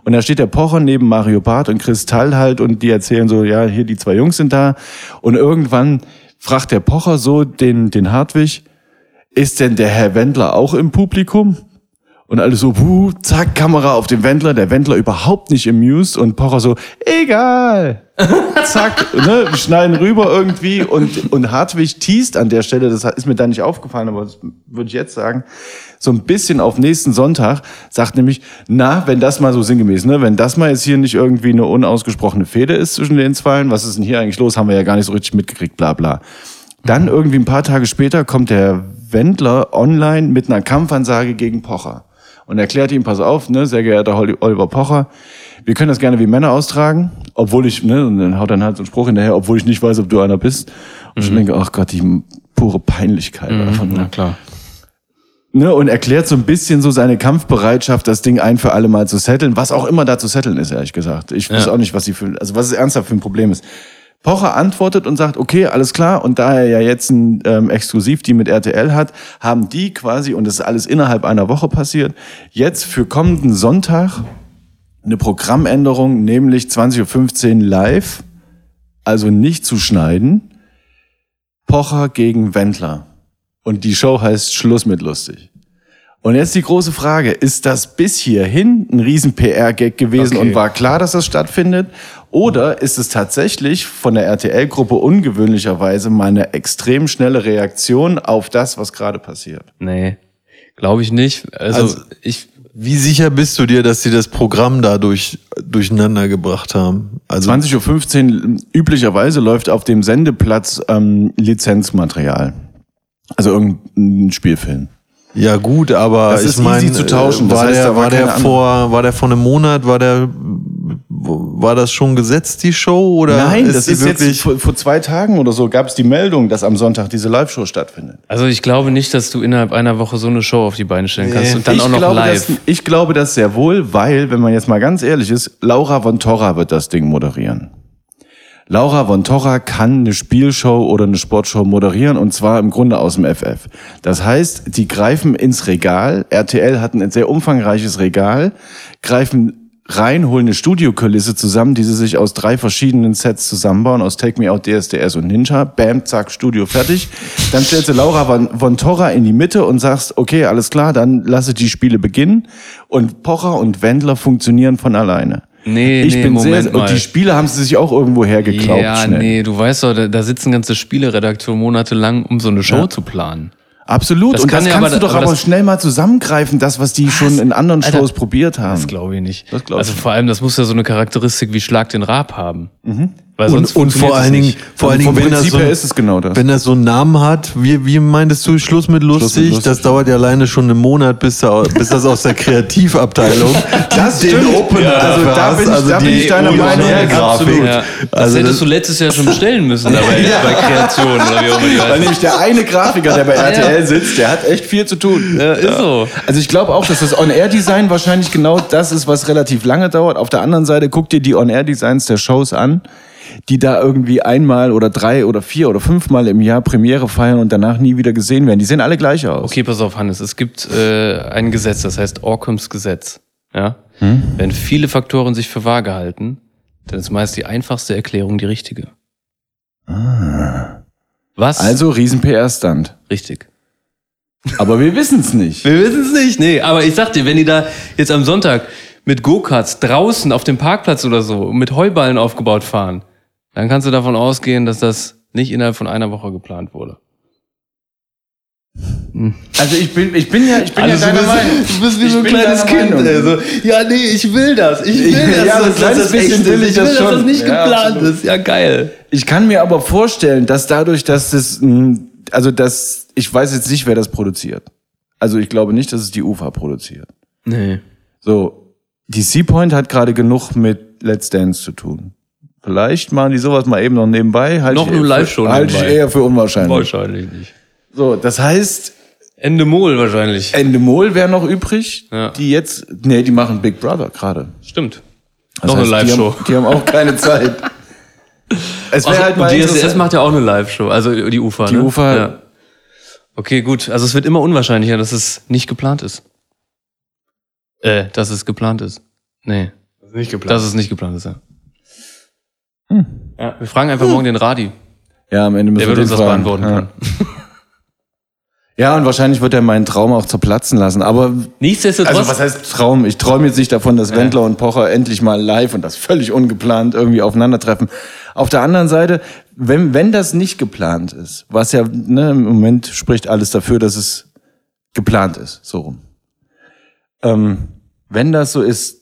Und da steht der Pocher neben Mario Barth und Kristall halt und die erzählen so, ja, hier die zwei Jungs sind da. Und irgendwann fragt der Pocher so den, den Hartwig, ist denn der Herr Wendler auch im Publikum? Und alles so, wuh, zack, Kamera auf den Wendler, der Wendler überhaupt nicht amused und Pocher so, egal. zack, ne, wir schneiden rüber irgendwie und, und Hartwig teast an der Stelle, das ist mir dann nicht aufgefallen, aber das würde ich jetzt sagen, so ein bisschen auf nächsten Sonntag, sagt nämlich, na, wenn das mal so sinngemäß, ne, wenn das mal jetzt hier nicht irgendwie eine unausgesprochene Fehde ist zwischen den Zweien, was ist denn hier eigentlich los, haben wir ja gar nicht so richtig mitgekriegt, bla, bla. Dann irgendwie ein paar Tage später kommt der Wendler online mit einer Kampfansage gegen Pocher und erklärt ihm, pass auf, ne, sehr geehrter Hol- Oliver Pocher, wir können das gerne wie Männer austragen, obwohl ich, ne, und dann haut dann halt so einen Spruch hinterher, obwohl ich nicht weiß, ob du einer bist. Und ich denke, ach Gott, die pure Peinlichkeit einfach nur. Na klar. Ne, und erklärt so ein bisschen so seine Kampfbereitschaft, das Ding ein für alle Mal zu setteln, was auch immer da zu setteln ist, ehrlich gesagt. Ich weiß auch nicht, was sie für, also was es ernsthaft für ein Problem ist. Pocher antwortet und sagt, okay, alles klar. Und da er ja jetzt ein ähm, Exklusivdeal mit RTL hat, haben die quasi, und das ist alles innerhalb einer Woche passiert, jetzt für kommenden Sonntag eine Programmänderung, nämlich 20.15 Uhr live, also nicht zu schneiden, Pocher gegen Wendler. Und die Show heißt Schluss mit lustig. Und jetzt die große Frage, ist das bis hierhin ein riesen PR-Gag gewesen Okay. und war klar, dass das stattfindet? Oder ist es tatsächlich von der RTL-Gruppe ungewöhnlicherweise mal eine extrem schnelle Reaktion auf das, was gerade passiert? Nee, glaube ich nicht. Also, Also- ich, Wie sicher bist du dir, dass sie das Programm dadurch durcheinander gebracht haben? Also 20.15 Uhr üblicherweise läuft auf dem Sendeplatz ähm, Lizenzmaterial. Also irgendein Spielfilm. ja gut, aber Das ich ist mein, easy zu tauschen. äh, Das War heißt, der, da war war der keine vor, war der vor einem Monat, war der, war das schon gesetzt die Show oder? Nein, das sie ist jetzt vor, vor zwei Tagen oder so gab es die Meldung, dass am Sonntag diese Live-Show stattfindet. also ich glaube nicht, dass du innerhalb einer Woche so eine Show auf die Beine stellen kannst und dann ich auch noch glaube, live. Das, ich glaube das sehr wohl, weil, wenn man jetzt mal ganz ehrlich ist, Laura von Torra wird das Ding moderieren. Laura von Torra kann eine Spielshow oder eine Sportshow moderieren und zwar im Grunde aus dem FF. Das heißt, die greifen ins Regal. RTL hat ein sehr umfangreiches Regal, greifen rein, holen eine Studiokulisse zusammen, die sie sich aus drei verschiedenen Sets zusammenbauen, aus Take Me Out, DSDS und Ninja. Bam, zack, Studio fertig. Dann stellst du Laura von, von Torra in die Mitte und sagst, okay, alles klar, dann lasse die Spiele beginnen. Und Pocher und Wendler funktionieren von alleine. Nee, ich nee, bin Moment sehr, mal. und die Spiele haben sie sich auch irgendwo hergeklaubt ja, schnell. nee, du weißt doch, da, da sitzen ganze Spieleredakteure monatelang, um so eine Show zu planen. Absolut. Das und kann das ja kannst aber- du doch aber aber das- schnell mal zusammengreifen, das, was die schon in anderen Alter, Shows probiert haben. Das glaube ich nicht. Das glaub ich also nicht. vor allem, das muss ja so eine Charakteristik wie Schlag den Rab haben. Mhm. Weil und, und funktioniert vor das allen Dingen, nicht. vor allen Also Dingen, vom wenn das Prinzip so, ein- her ist es genau das. wenn das so einen Namen hat, wie, wie meintest du, Schluss mit lustig, Schluss mit lustig. das dauert ja alleine schon einen Monat, bis, da, bis das aus der Kreativabteilung Das stimmt. Ja, also dafür da hast, bin ich- da bin die ich deiner originelle Meinung, ja, Grafik. absolut. Ja. Das Also hättest das- du letztes Jahr schon bestellen müssen dabei, bei Kreation oder wie auch immer die Weil heißt. nämlich der eine Grafiker, der bei RTL sitzt, der hat echt viel zu tun. Ja, ist so. Also ich glaube auch, dass das On-Air-Design wahrscheinlich genau das ist, was relativ lange dauert. Auf der anderen Seite guck dir die On-Air-Designs der Shows an, die da irgendwie einmal oder drei oder vier oder fünfmal im Jahr Premiere feiern und danach nie wieder gesehen werden. Die sehen alle gleich aus. Okay, pass auf, Hannes. Es gibt äh, ein Gesetz, das heißt Orkums Gesetz. Ja? Wenn viele Faktoren sich für wahr gehalten, dann ist meist die einfachste Erklärung die richtige. Was? Also riesen PR-Stand. Richtig. Aber wir wissen es nicht. Wir wissen es nicht, nee. Aber ich sag dir, wenn die da jetzt am Sonntag mit Go-Karts draußen auf dem Parkplatz oder so mit Heuballen aufgebaut fahren, dann kannst du davon ausgehen, dass das nicht innerhalb von einer Woche geplant wurde. Also ich bin, ich bin ja, ich bin Also ja du deiner bist- Meinung. du bist wie so ein Ich bin kleines deiner Kind, Meinung. ey, so, ja, nee, ich will das. Ich will, Ja, dass, aber ein das, dass kleines das bisschen echt ist. will ich das dass das schon. nicht Ja, geplant absolut. ist. Ja, geil. Ich kann mir aber vorstellen, dass dadurch, dass das, mh, also das, ich weiß jetzt nicht, wer das produziert. Also ich glaube nicht, dass es die UFA produziert. Nee. So, die Seapoint hat gerade genug mit Let's Dance zu tun. Vielleicht machen die sowas mal eben noch nebenbei. Halt Noch ich eine eher Live-Show für- Halte ich nebenbei. eher für unwahrscheinlich. Wahrscheinlich nicht. So, das heißt, Ende Mol wahrscheinlich. Äh, Endemol wäre noch übrig, Ja. die jetzt, nee, die machen Big Brother gerade. Stimmt. Das Noch eine heißt, Live-Show. Die, haben- die haben auch *laughs* keine Zeit. Es wäre Also, halt und mal DSDS interessant. macht ja auch eine Live-Show, also die UFA. Die ne? UFA. Ja. Okay, gut. Also es wird immer unwahrscheinlicher, dass es nicht geplant ist. Äh, dass es geplant ist. Nee, Nicht geplant. dass es nicht geplant ist, ja. ja wir fragen einfach morgen den Radi. Ja, am Ende müssen Der Hm. wir wird den uns das fragen. beantworten ja. können. Ja, und wahrscheinlich wird er meinen Traum auch zerplatzen lassen. Aber Nichtsdestotrotz. also was heißt Traum? Ich träume jetzt nicht davon, dass Wendler und Pocher endlich mal live und das völlig ungeplant irgendwie aufeinandertreffen. Auf der anderen Seite, wenn, wenn das nicht geplant ist, was ja ne, im Moment spricht alles dafür, dass es geplant ist, so rum. Ähm, wenn das so ist,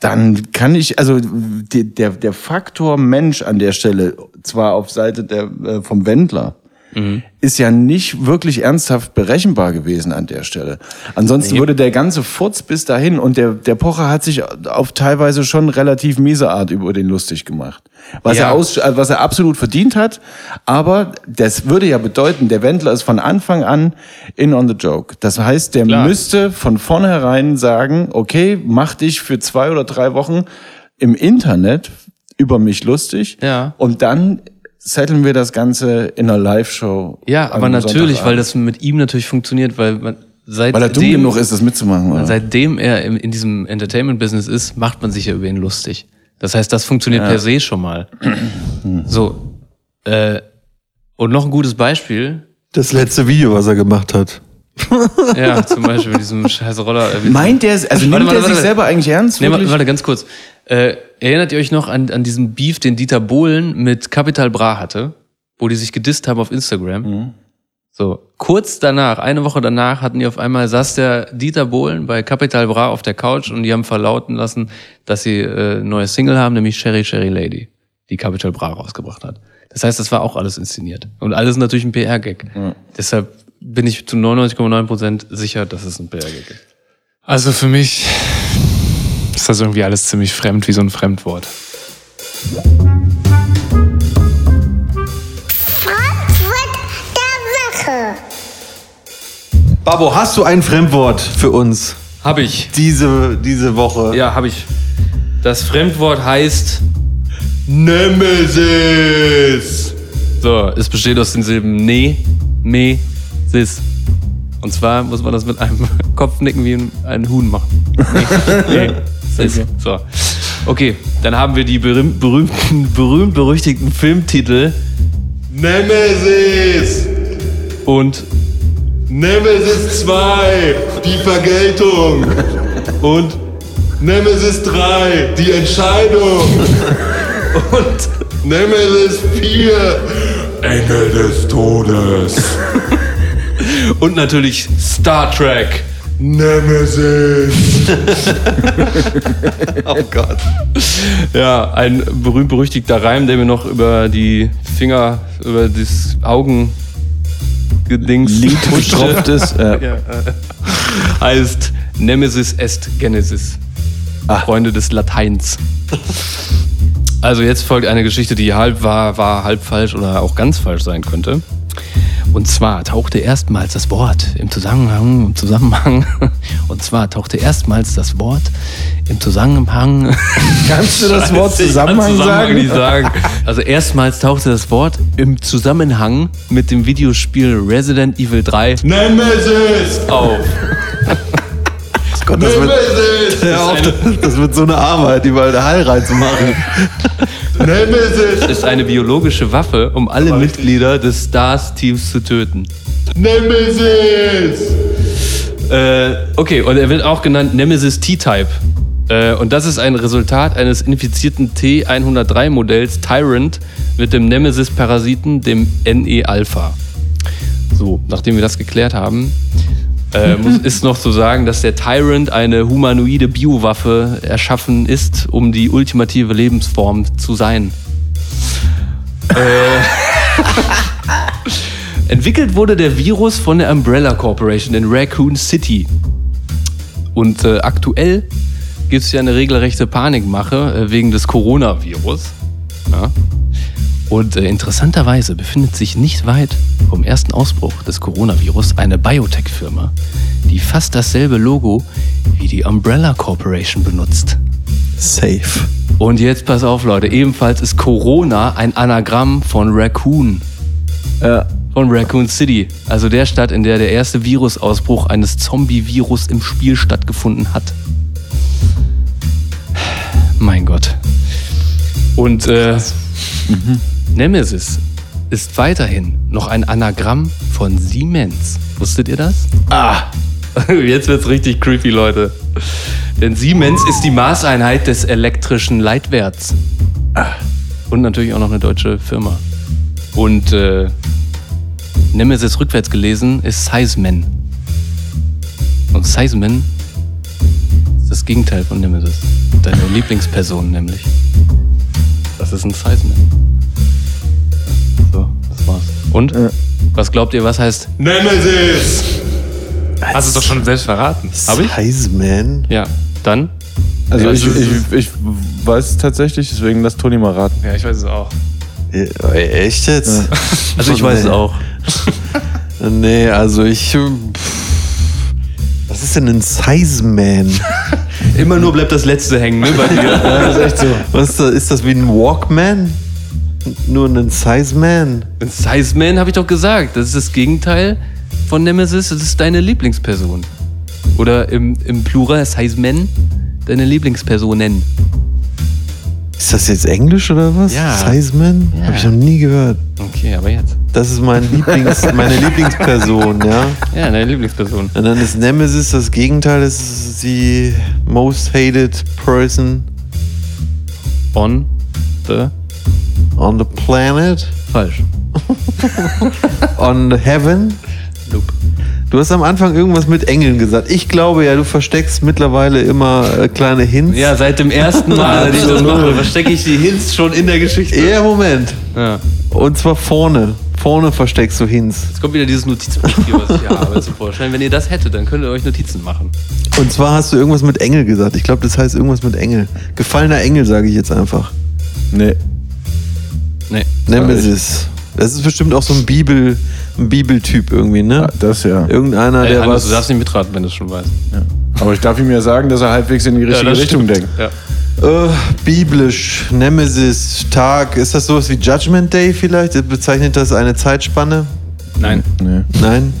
dann kann ich, also die, der, der Faktor Mensch an der Stelle, zwar auf Seite der, äh, vom Wendler, ist ja nicht wirklich ernsthaft berechenbar gewesen an der Stelle. Ansonsten würde der ganze Furz bis dahin und der, der Pocher hat sich auf teilweise schon relativ miese Art über den lustig gemacht. Was, Ja. er, aus, äh, was er absolut verdient hat, aber das würde ja bedeuten, der Wendler ist von Anfang an in on the joke. Das heißt, der müsste von vornherein sagen, okay, mach dich für zwei oder drei Wochen im Internet über mich lustig Ja. und dann setteln wir das Ganze in einer Live-Show. ja, aber am natürlich, weil Sonntagabend. das mit ihm natürlich funktioniert, weil man seit Weil er dumm genug ist, das mitzumachen. Oder? Seitdem er im, in diesem Entertainment-Business ist, macht man sich ja über ihn lustig. Das heißt, das funktioniert per se schon mal. So. Äh, und noch ein gutes Beispiel. Das letzte Video, was er gemacht hat. Ja, zum Beispiel *laughs* mit diesem scheiß Roller. äh, Meint der, also nimmt warte, er warte, sich warte. selber eigentlich ernst? Nee, warte, wirklich? warte, ganz kurz. Äh, erinnert ihr euch noch an, an diesen Beef, den Dieter Bohlen mit Capital Bra hatte, wo die sich gedisst haben auf Instagram? So, kurz danach, eine Woche danach, hatten die auf einmal, saß der Dieter Bohlen bei Capital Bra auf der Couch und die haben verlauten lassen, dass sie äh, ein neues Single haben, nämlich Sherry Sherry Lady, die Capital Bra rausgebracht hat. Das heißt, das war auch alles inszeniert. Und alles natürlich ein PR-Gag. Deshalb bin ich zu 99,9% sicher, dass es ein PR-Gag ist. Also für mich ist das irgendwie alles ziemlich fremd, wie so ein Fremdwort. Frankfurt der Woche. Babo, hast du ein Fremdwort für uns Hab ich. diese, diese Woche? Ja, habe ich. Das Fremdwort heißt. Nemesis! So, es besteht aus den Silben ne, me, sis. Und zwar muss man das mit einem *laughs* Kopfnicken wie ein, ein Huhn machen. Ne, ne, *laughs* sis. So. Okay, dann haben wir die berühm- berühmten, berühmt-berüchtigten Filmtitel Nemesis! und Nemesis 2, die Vergeltung. Und Nemesis 3, die Entscheidung. Und Nemesis 4, Engel des Todes. und natürlich Star Trek. Nemesis. Ja, ein berühmt-berüchtigter Reim, der mir noch über die Finger, über das Augen. Gedings Lied getropft ist. Ja. heißt Nemesis est Genesis. Ah. Freunde des Lateins. Also jetzt folgt eine Geschichte, die halb wahr, war, halb falsch oder auch ganz falsch sein könnte. Und zwar tauchte erstmals das Wort im Zusammenhang, im Zusammenhang, *laughs* und zwar tauchte erstmals das Wort im Zusammenhang *laughs* Kannst du das Wort Zusammenhang sagen? nicht sagen. Also erstmals tauchte das Wort im Zusammenhang mit dem Videospiel Resident Evil 3 Ne. Nemesis. auf. Gott, das wird, Nemesis. hör auf, das- das wird so eine Arbeit, überall der Heil reinzumachen. Nemesis. ist eine biologische Waffe, um alle Mitglieder des Stars-Teams zu töten. Nemesis. Äh, okay, und er wird auch genannt Nemesis T-Type. Äh, und das ist ein Resultat eines infizierten T103-Modells Tyrant mit dem Nemesis-Parasiten, dem NE-Alpha. So, nachdem wir das geklärt haben, äh, muss, ist noch zu sagen, dass der Tyrant eine humanoide Biowaffe erschaffen ist, um die ultimative Lebensform zu sein. Entwickelt wurde der Virus von der Umbrella Corporation in Raccoon City. Und äh, aktuell gibt es ja eine regelrechte Panikmache äh, wegen des Coronavirus. Ja. Und äh, interessanterweise befindet sich nicht weit vom ersten Ausbruch des Coronavirus eine Biotech-Firma, die fast dasselbe Logo wie die Umbrella Corporation benutzt. Safe. Und jetzt pass auf, Leute. Ebenfalls ist Corona ein Anagramm von Raccoon. Von Raccoon City. Also der Stadt, in der der erste Virusausbruch eines Zombie-Virus im Spiel stattgefunden hat. Mhm. Mein Gott. Und äh, Nemesis ist weiterhin noch ein Anagramm von Siemens. Wusstet ihr das? Ah, *laughs* jetzt wird's richtig creepy, Leute. Denn Siemens ist die Maßeinheit des elektrischen Leitwerts. Ah. Und natürlich auch noch eine deutsche Firma. Und äh, Nemesis rückwärts gelesen ist Seisman. Und Seisman ist das Gegenteil von Nemesis. Deine Lieblingsperson nämlich. Das ist ein Seisman. So, das war's. Und? Was glaubt ihr, was heißt? Nemesis! Hast du es doch schon selbst verraten. Hab ich? Seisman? Ja, dann? Also Ja, ich, also es ich, ich weiß es tatsächlich, deswegen lass Toni mal raten. Ja, ich weiß es auch. Äh, Echt jetzt? Also ich weiß es Nee. auch. Nee, also ich. ähm, pff. Was ist denn ein *laughs* Seisman? Immer nur bleibt das Letzte hängen, ne, bei dir. *laughs* Das ist echt so. Was ist das, ist das wie ein Walkman? N- Nur ein Seisman? Ein Sizeman habe ich doch gesagt. Das ist das Gegenteil von Nemesis. Das ist deine Lieblingsperson. Oder im, im Plural Sizeman, deine Lieblingspersonen. Ist das jetzt Englisch oder was? Ja. Seisman? Ja. Hab ich noch nie gehört. Okay, aber jetzt. Das ist mein Lieblings, *laughs* meine Lieblingsperson, ja. Ja, deine Lieblingsperson. Und dann ist Nemesis das Gegenteil, das ist die most hated person On the. on the planet, Falsch. on the heaven. Loop. Du hast am Anfang irgendwas mit Engeln gesagt. Ich glaube ja, du versteckst mittlerweile immer äh, kleine Hints. Ja, seit dem ersten *laughs* Mal, dass ich das mache, verstecke ich die Hints schon in der Geschichte. Ja, Moment. Ja. Und zwar vorne. Vorne versteckst du Hints. Jetzt kommt wieder dieses Notizbuch hier, was ich hier habe zum Vorschein. Wenn ihr das hättet, dann könntet ihr euch Notizen machen. Und zwar hast du irgendwas mit Engel gesagt. Ich glaube, das heißt irgendwas mit Engel. Gefallener Engel, sage ich jetzt einfach. Nee. Nee. Nemesis. Das ist bestimmt auch so ein Bibel, ein Bibeltyp irgendwie, ne? Ah, Das ja. Irgendeiner, Ey, der Äh, Hannes, was. du darfst nicht mitraten, wenn du es schon weißt. Aber ich darf ihm ja sagen, dass er halbwegs in die richtige das Richtung stimmt. denkt. Ja. Äh, biblisch, Nemesis, Tag. Ist das sowas wie Judgment Day vielleicht? Bezeichnet das eine Zeitspanne? Nein. Nee. Nein?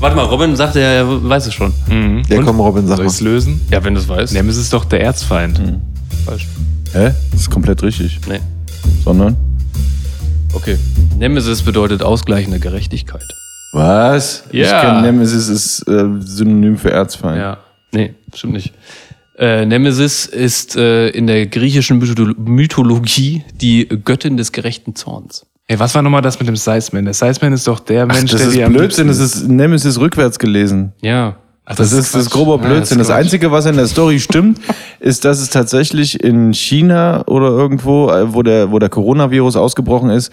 Warte mal, Robin sagt, er weiß es schon. Ja, komm, Robin, sag Soll mal. ich es lösen? Ja, wenn du es weißt. Nemesis ist doch der Erzfeind. Falsch. Hä? Das ist komplett richtig. Nee. Sondern? Okay. Nemesis bedeutet ausgleichende Gerechtigkeit. Was? Ja. Ich kenne Nemesis ist äh, Synonym für Erzfeind. Nee, stimmt nicht. Äh, Nemesis ist äh, in der griechischen Mytholo- Mythologie die Göttin des gerechten Zorns. Ey, was war nochmal das mit dem Sizeman? Der Sizeman ist doch der Ach, Mensch, das der ist dir am Blödsinn, das liebsten- ist Nemesis rückwärts gelesen. Ja. Ach, Das, ist, das Quatsch. grober Ja, Blödsinn. das ist Quatsch. Einzige, was in der Story stimmt, *laughs* ist, dass es tatsächlich in China oder irgendwo, äh, wo der, wo der Coronavirus ausgebrochen ist,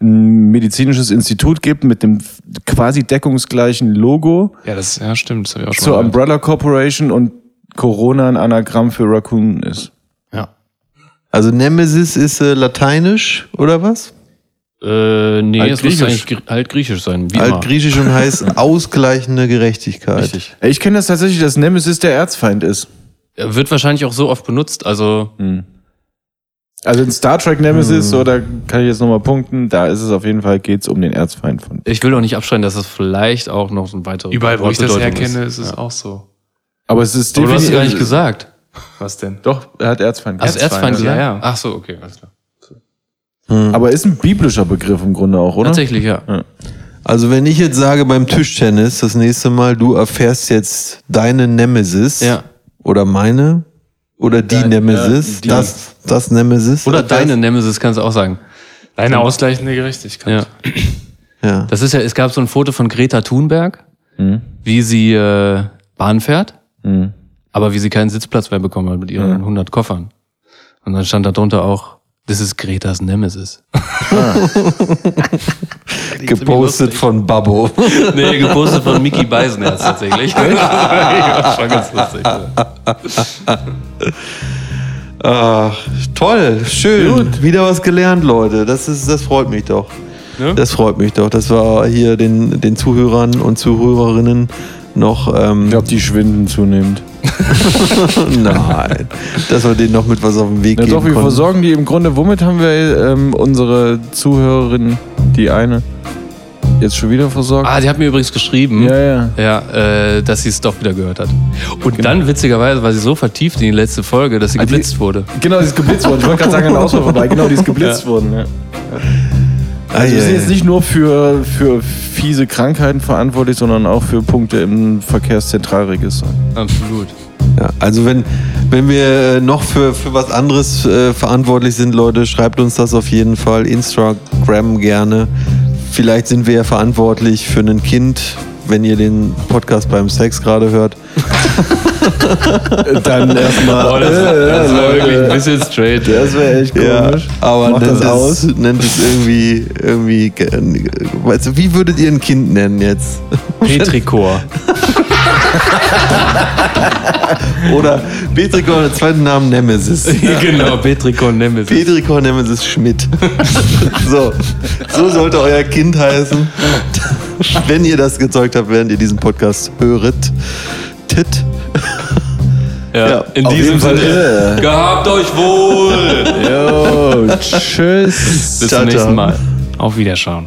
ein medizinisches Institut gibt mit dem quasi deckungsgleichen Logo Ja, das, ja, stimmt, das habe ich auch schon zur mal gehört. Umbrella Corporation und Corona ein Anagramm für Raccoon ist. Ja. Also Nemesis ist äh, lateinisch oder was? Äh, nee, es muss Altgriechisch. eigentlich gr- altgriechisch sein. Wie immer. Altgriechisch und heißt ausgleichende Gerechtigkeit. Richtig. Ich kenne das tatsächlich, dass Nemesis der Erzfeind ist. Er Wird wahrscheinlich auch so oft benutzt, also Also in Star Trek Nemesis, so da kann ich jetzt nochmal punkten, da ist es auf jeden Fall, geht's um den Erzfeind von. ich will auch nicht abschreiben, dass es vielleicht auch noch so ein weiteres Überall, wo ich das herkenne, ist es auch so. Aber es ist Aber du hast es definitiv- gar nicht gesagt. Was denn? Doch, er hat Erzfeind Hast du gesagt. Erzfeind gesagt? ja, ja. Ach so, okay, alles klar. Aber ist ein biblischer Begriff im Grunde auch, oder? Tatsächlich, ja. Also wenn ich jetzt sage beim Tischtennis, das nächste Mal, du erfährst jetzt deine Nemesis Ja. oder meine oder die Nemesis, ja, die. Das, das Nemesis. Oder Das- deine Nemesis kannst du auch sagen. Deine ausgleichende Gerechtigkeit. Ja. Ja. Das ist ja, es gab so ein Foto von Greta Thunberg, wie sie äh, Bahn fährt, Mhm. aber wie sie keinen Sitzplatz mehr bekommen hat mit ihren 100 Koffern. Und dann stand darunter auch, das ist Gretas Nemesis. Gepostet von Babbo. nee, gepostet von Mickey Beisenherz tatsächlich. ja, schon ganz lustig. Ach, toll, schön. Wieder was gelernt, Leute. Das, ist, das freut mich doch. Ne? Das freut mich doch, dass wir hier den, den Zuhörern und Zuhörerinnen noch ähm, Ich glaube, die schwinden zunehmend. nein, dass wir denen noch mit was auf den Weg Ja, geben doch, wir konnten. versorgen die im Grunde. Womit haben wir ähm, unsere Zuhörerin, die eine, jetzt schon wieder versorgt? Ah, die hat mir übrigens geschrieben. Ja, ja. Ja, äh, dass sie es doch wieder gehört hat. Und dann, witzigerweise, war sie so vertieft in die letzte Folge, dass sie Genau. Ah, die- *laughs* geblitzt wurde. Genau, die ist geblitzt worden. Ich wollte gerade sagen, ein Ausfall vorbei. Genau, die ist geblitzt worden. Ja. Also wir Ei, sind ei, jetzt ei. nicht nur für, für fiese Krankheiten verantwortlich, sondern auch für Punkte im Verkehrszentralregister. Absolut. Ja, also wenn, wenn wir äh, noch für, für was anderes äh, verantwortlich sind, Leute, schreibt uns das auf jeden Fall. Instagram gerne. Vielleicht sind wir ja verantwortlich für ein Kind, wenn ihr den Podcast beim Sex gerade hört. Dann erstmal. Boah, das, das war wirklich ein bisschen straight. *laughs* Das wäre echt komisch. aber Macht nennt das es, aus. nennt es irgendwie, irgendwie, ge- äh, weißt du, wie würdet ihr ein Kind nennen jetzt? Petrichor. Oder Petrikor, der zweite Name Nemesis. genau, Petrichor Nemesis. Petrikor Nemesis Schmidt. *laughs* so, so sollte euer Kind heißen. Wenn ihr das gezeugt habt, während ihr diesen Podcast höret. Tit. Ja, Ja, in auf diesem jeden Fall. Sinne. Äh. Gehabt euch wohl. *laughs* Jo, tschüss. Bis Ciao, zum nächsten ciao. Mal. Auf Wiederschauen.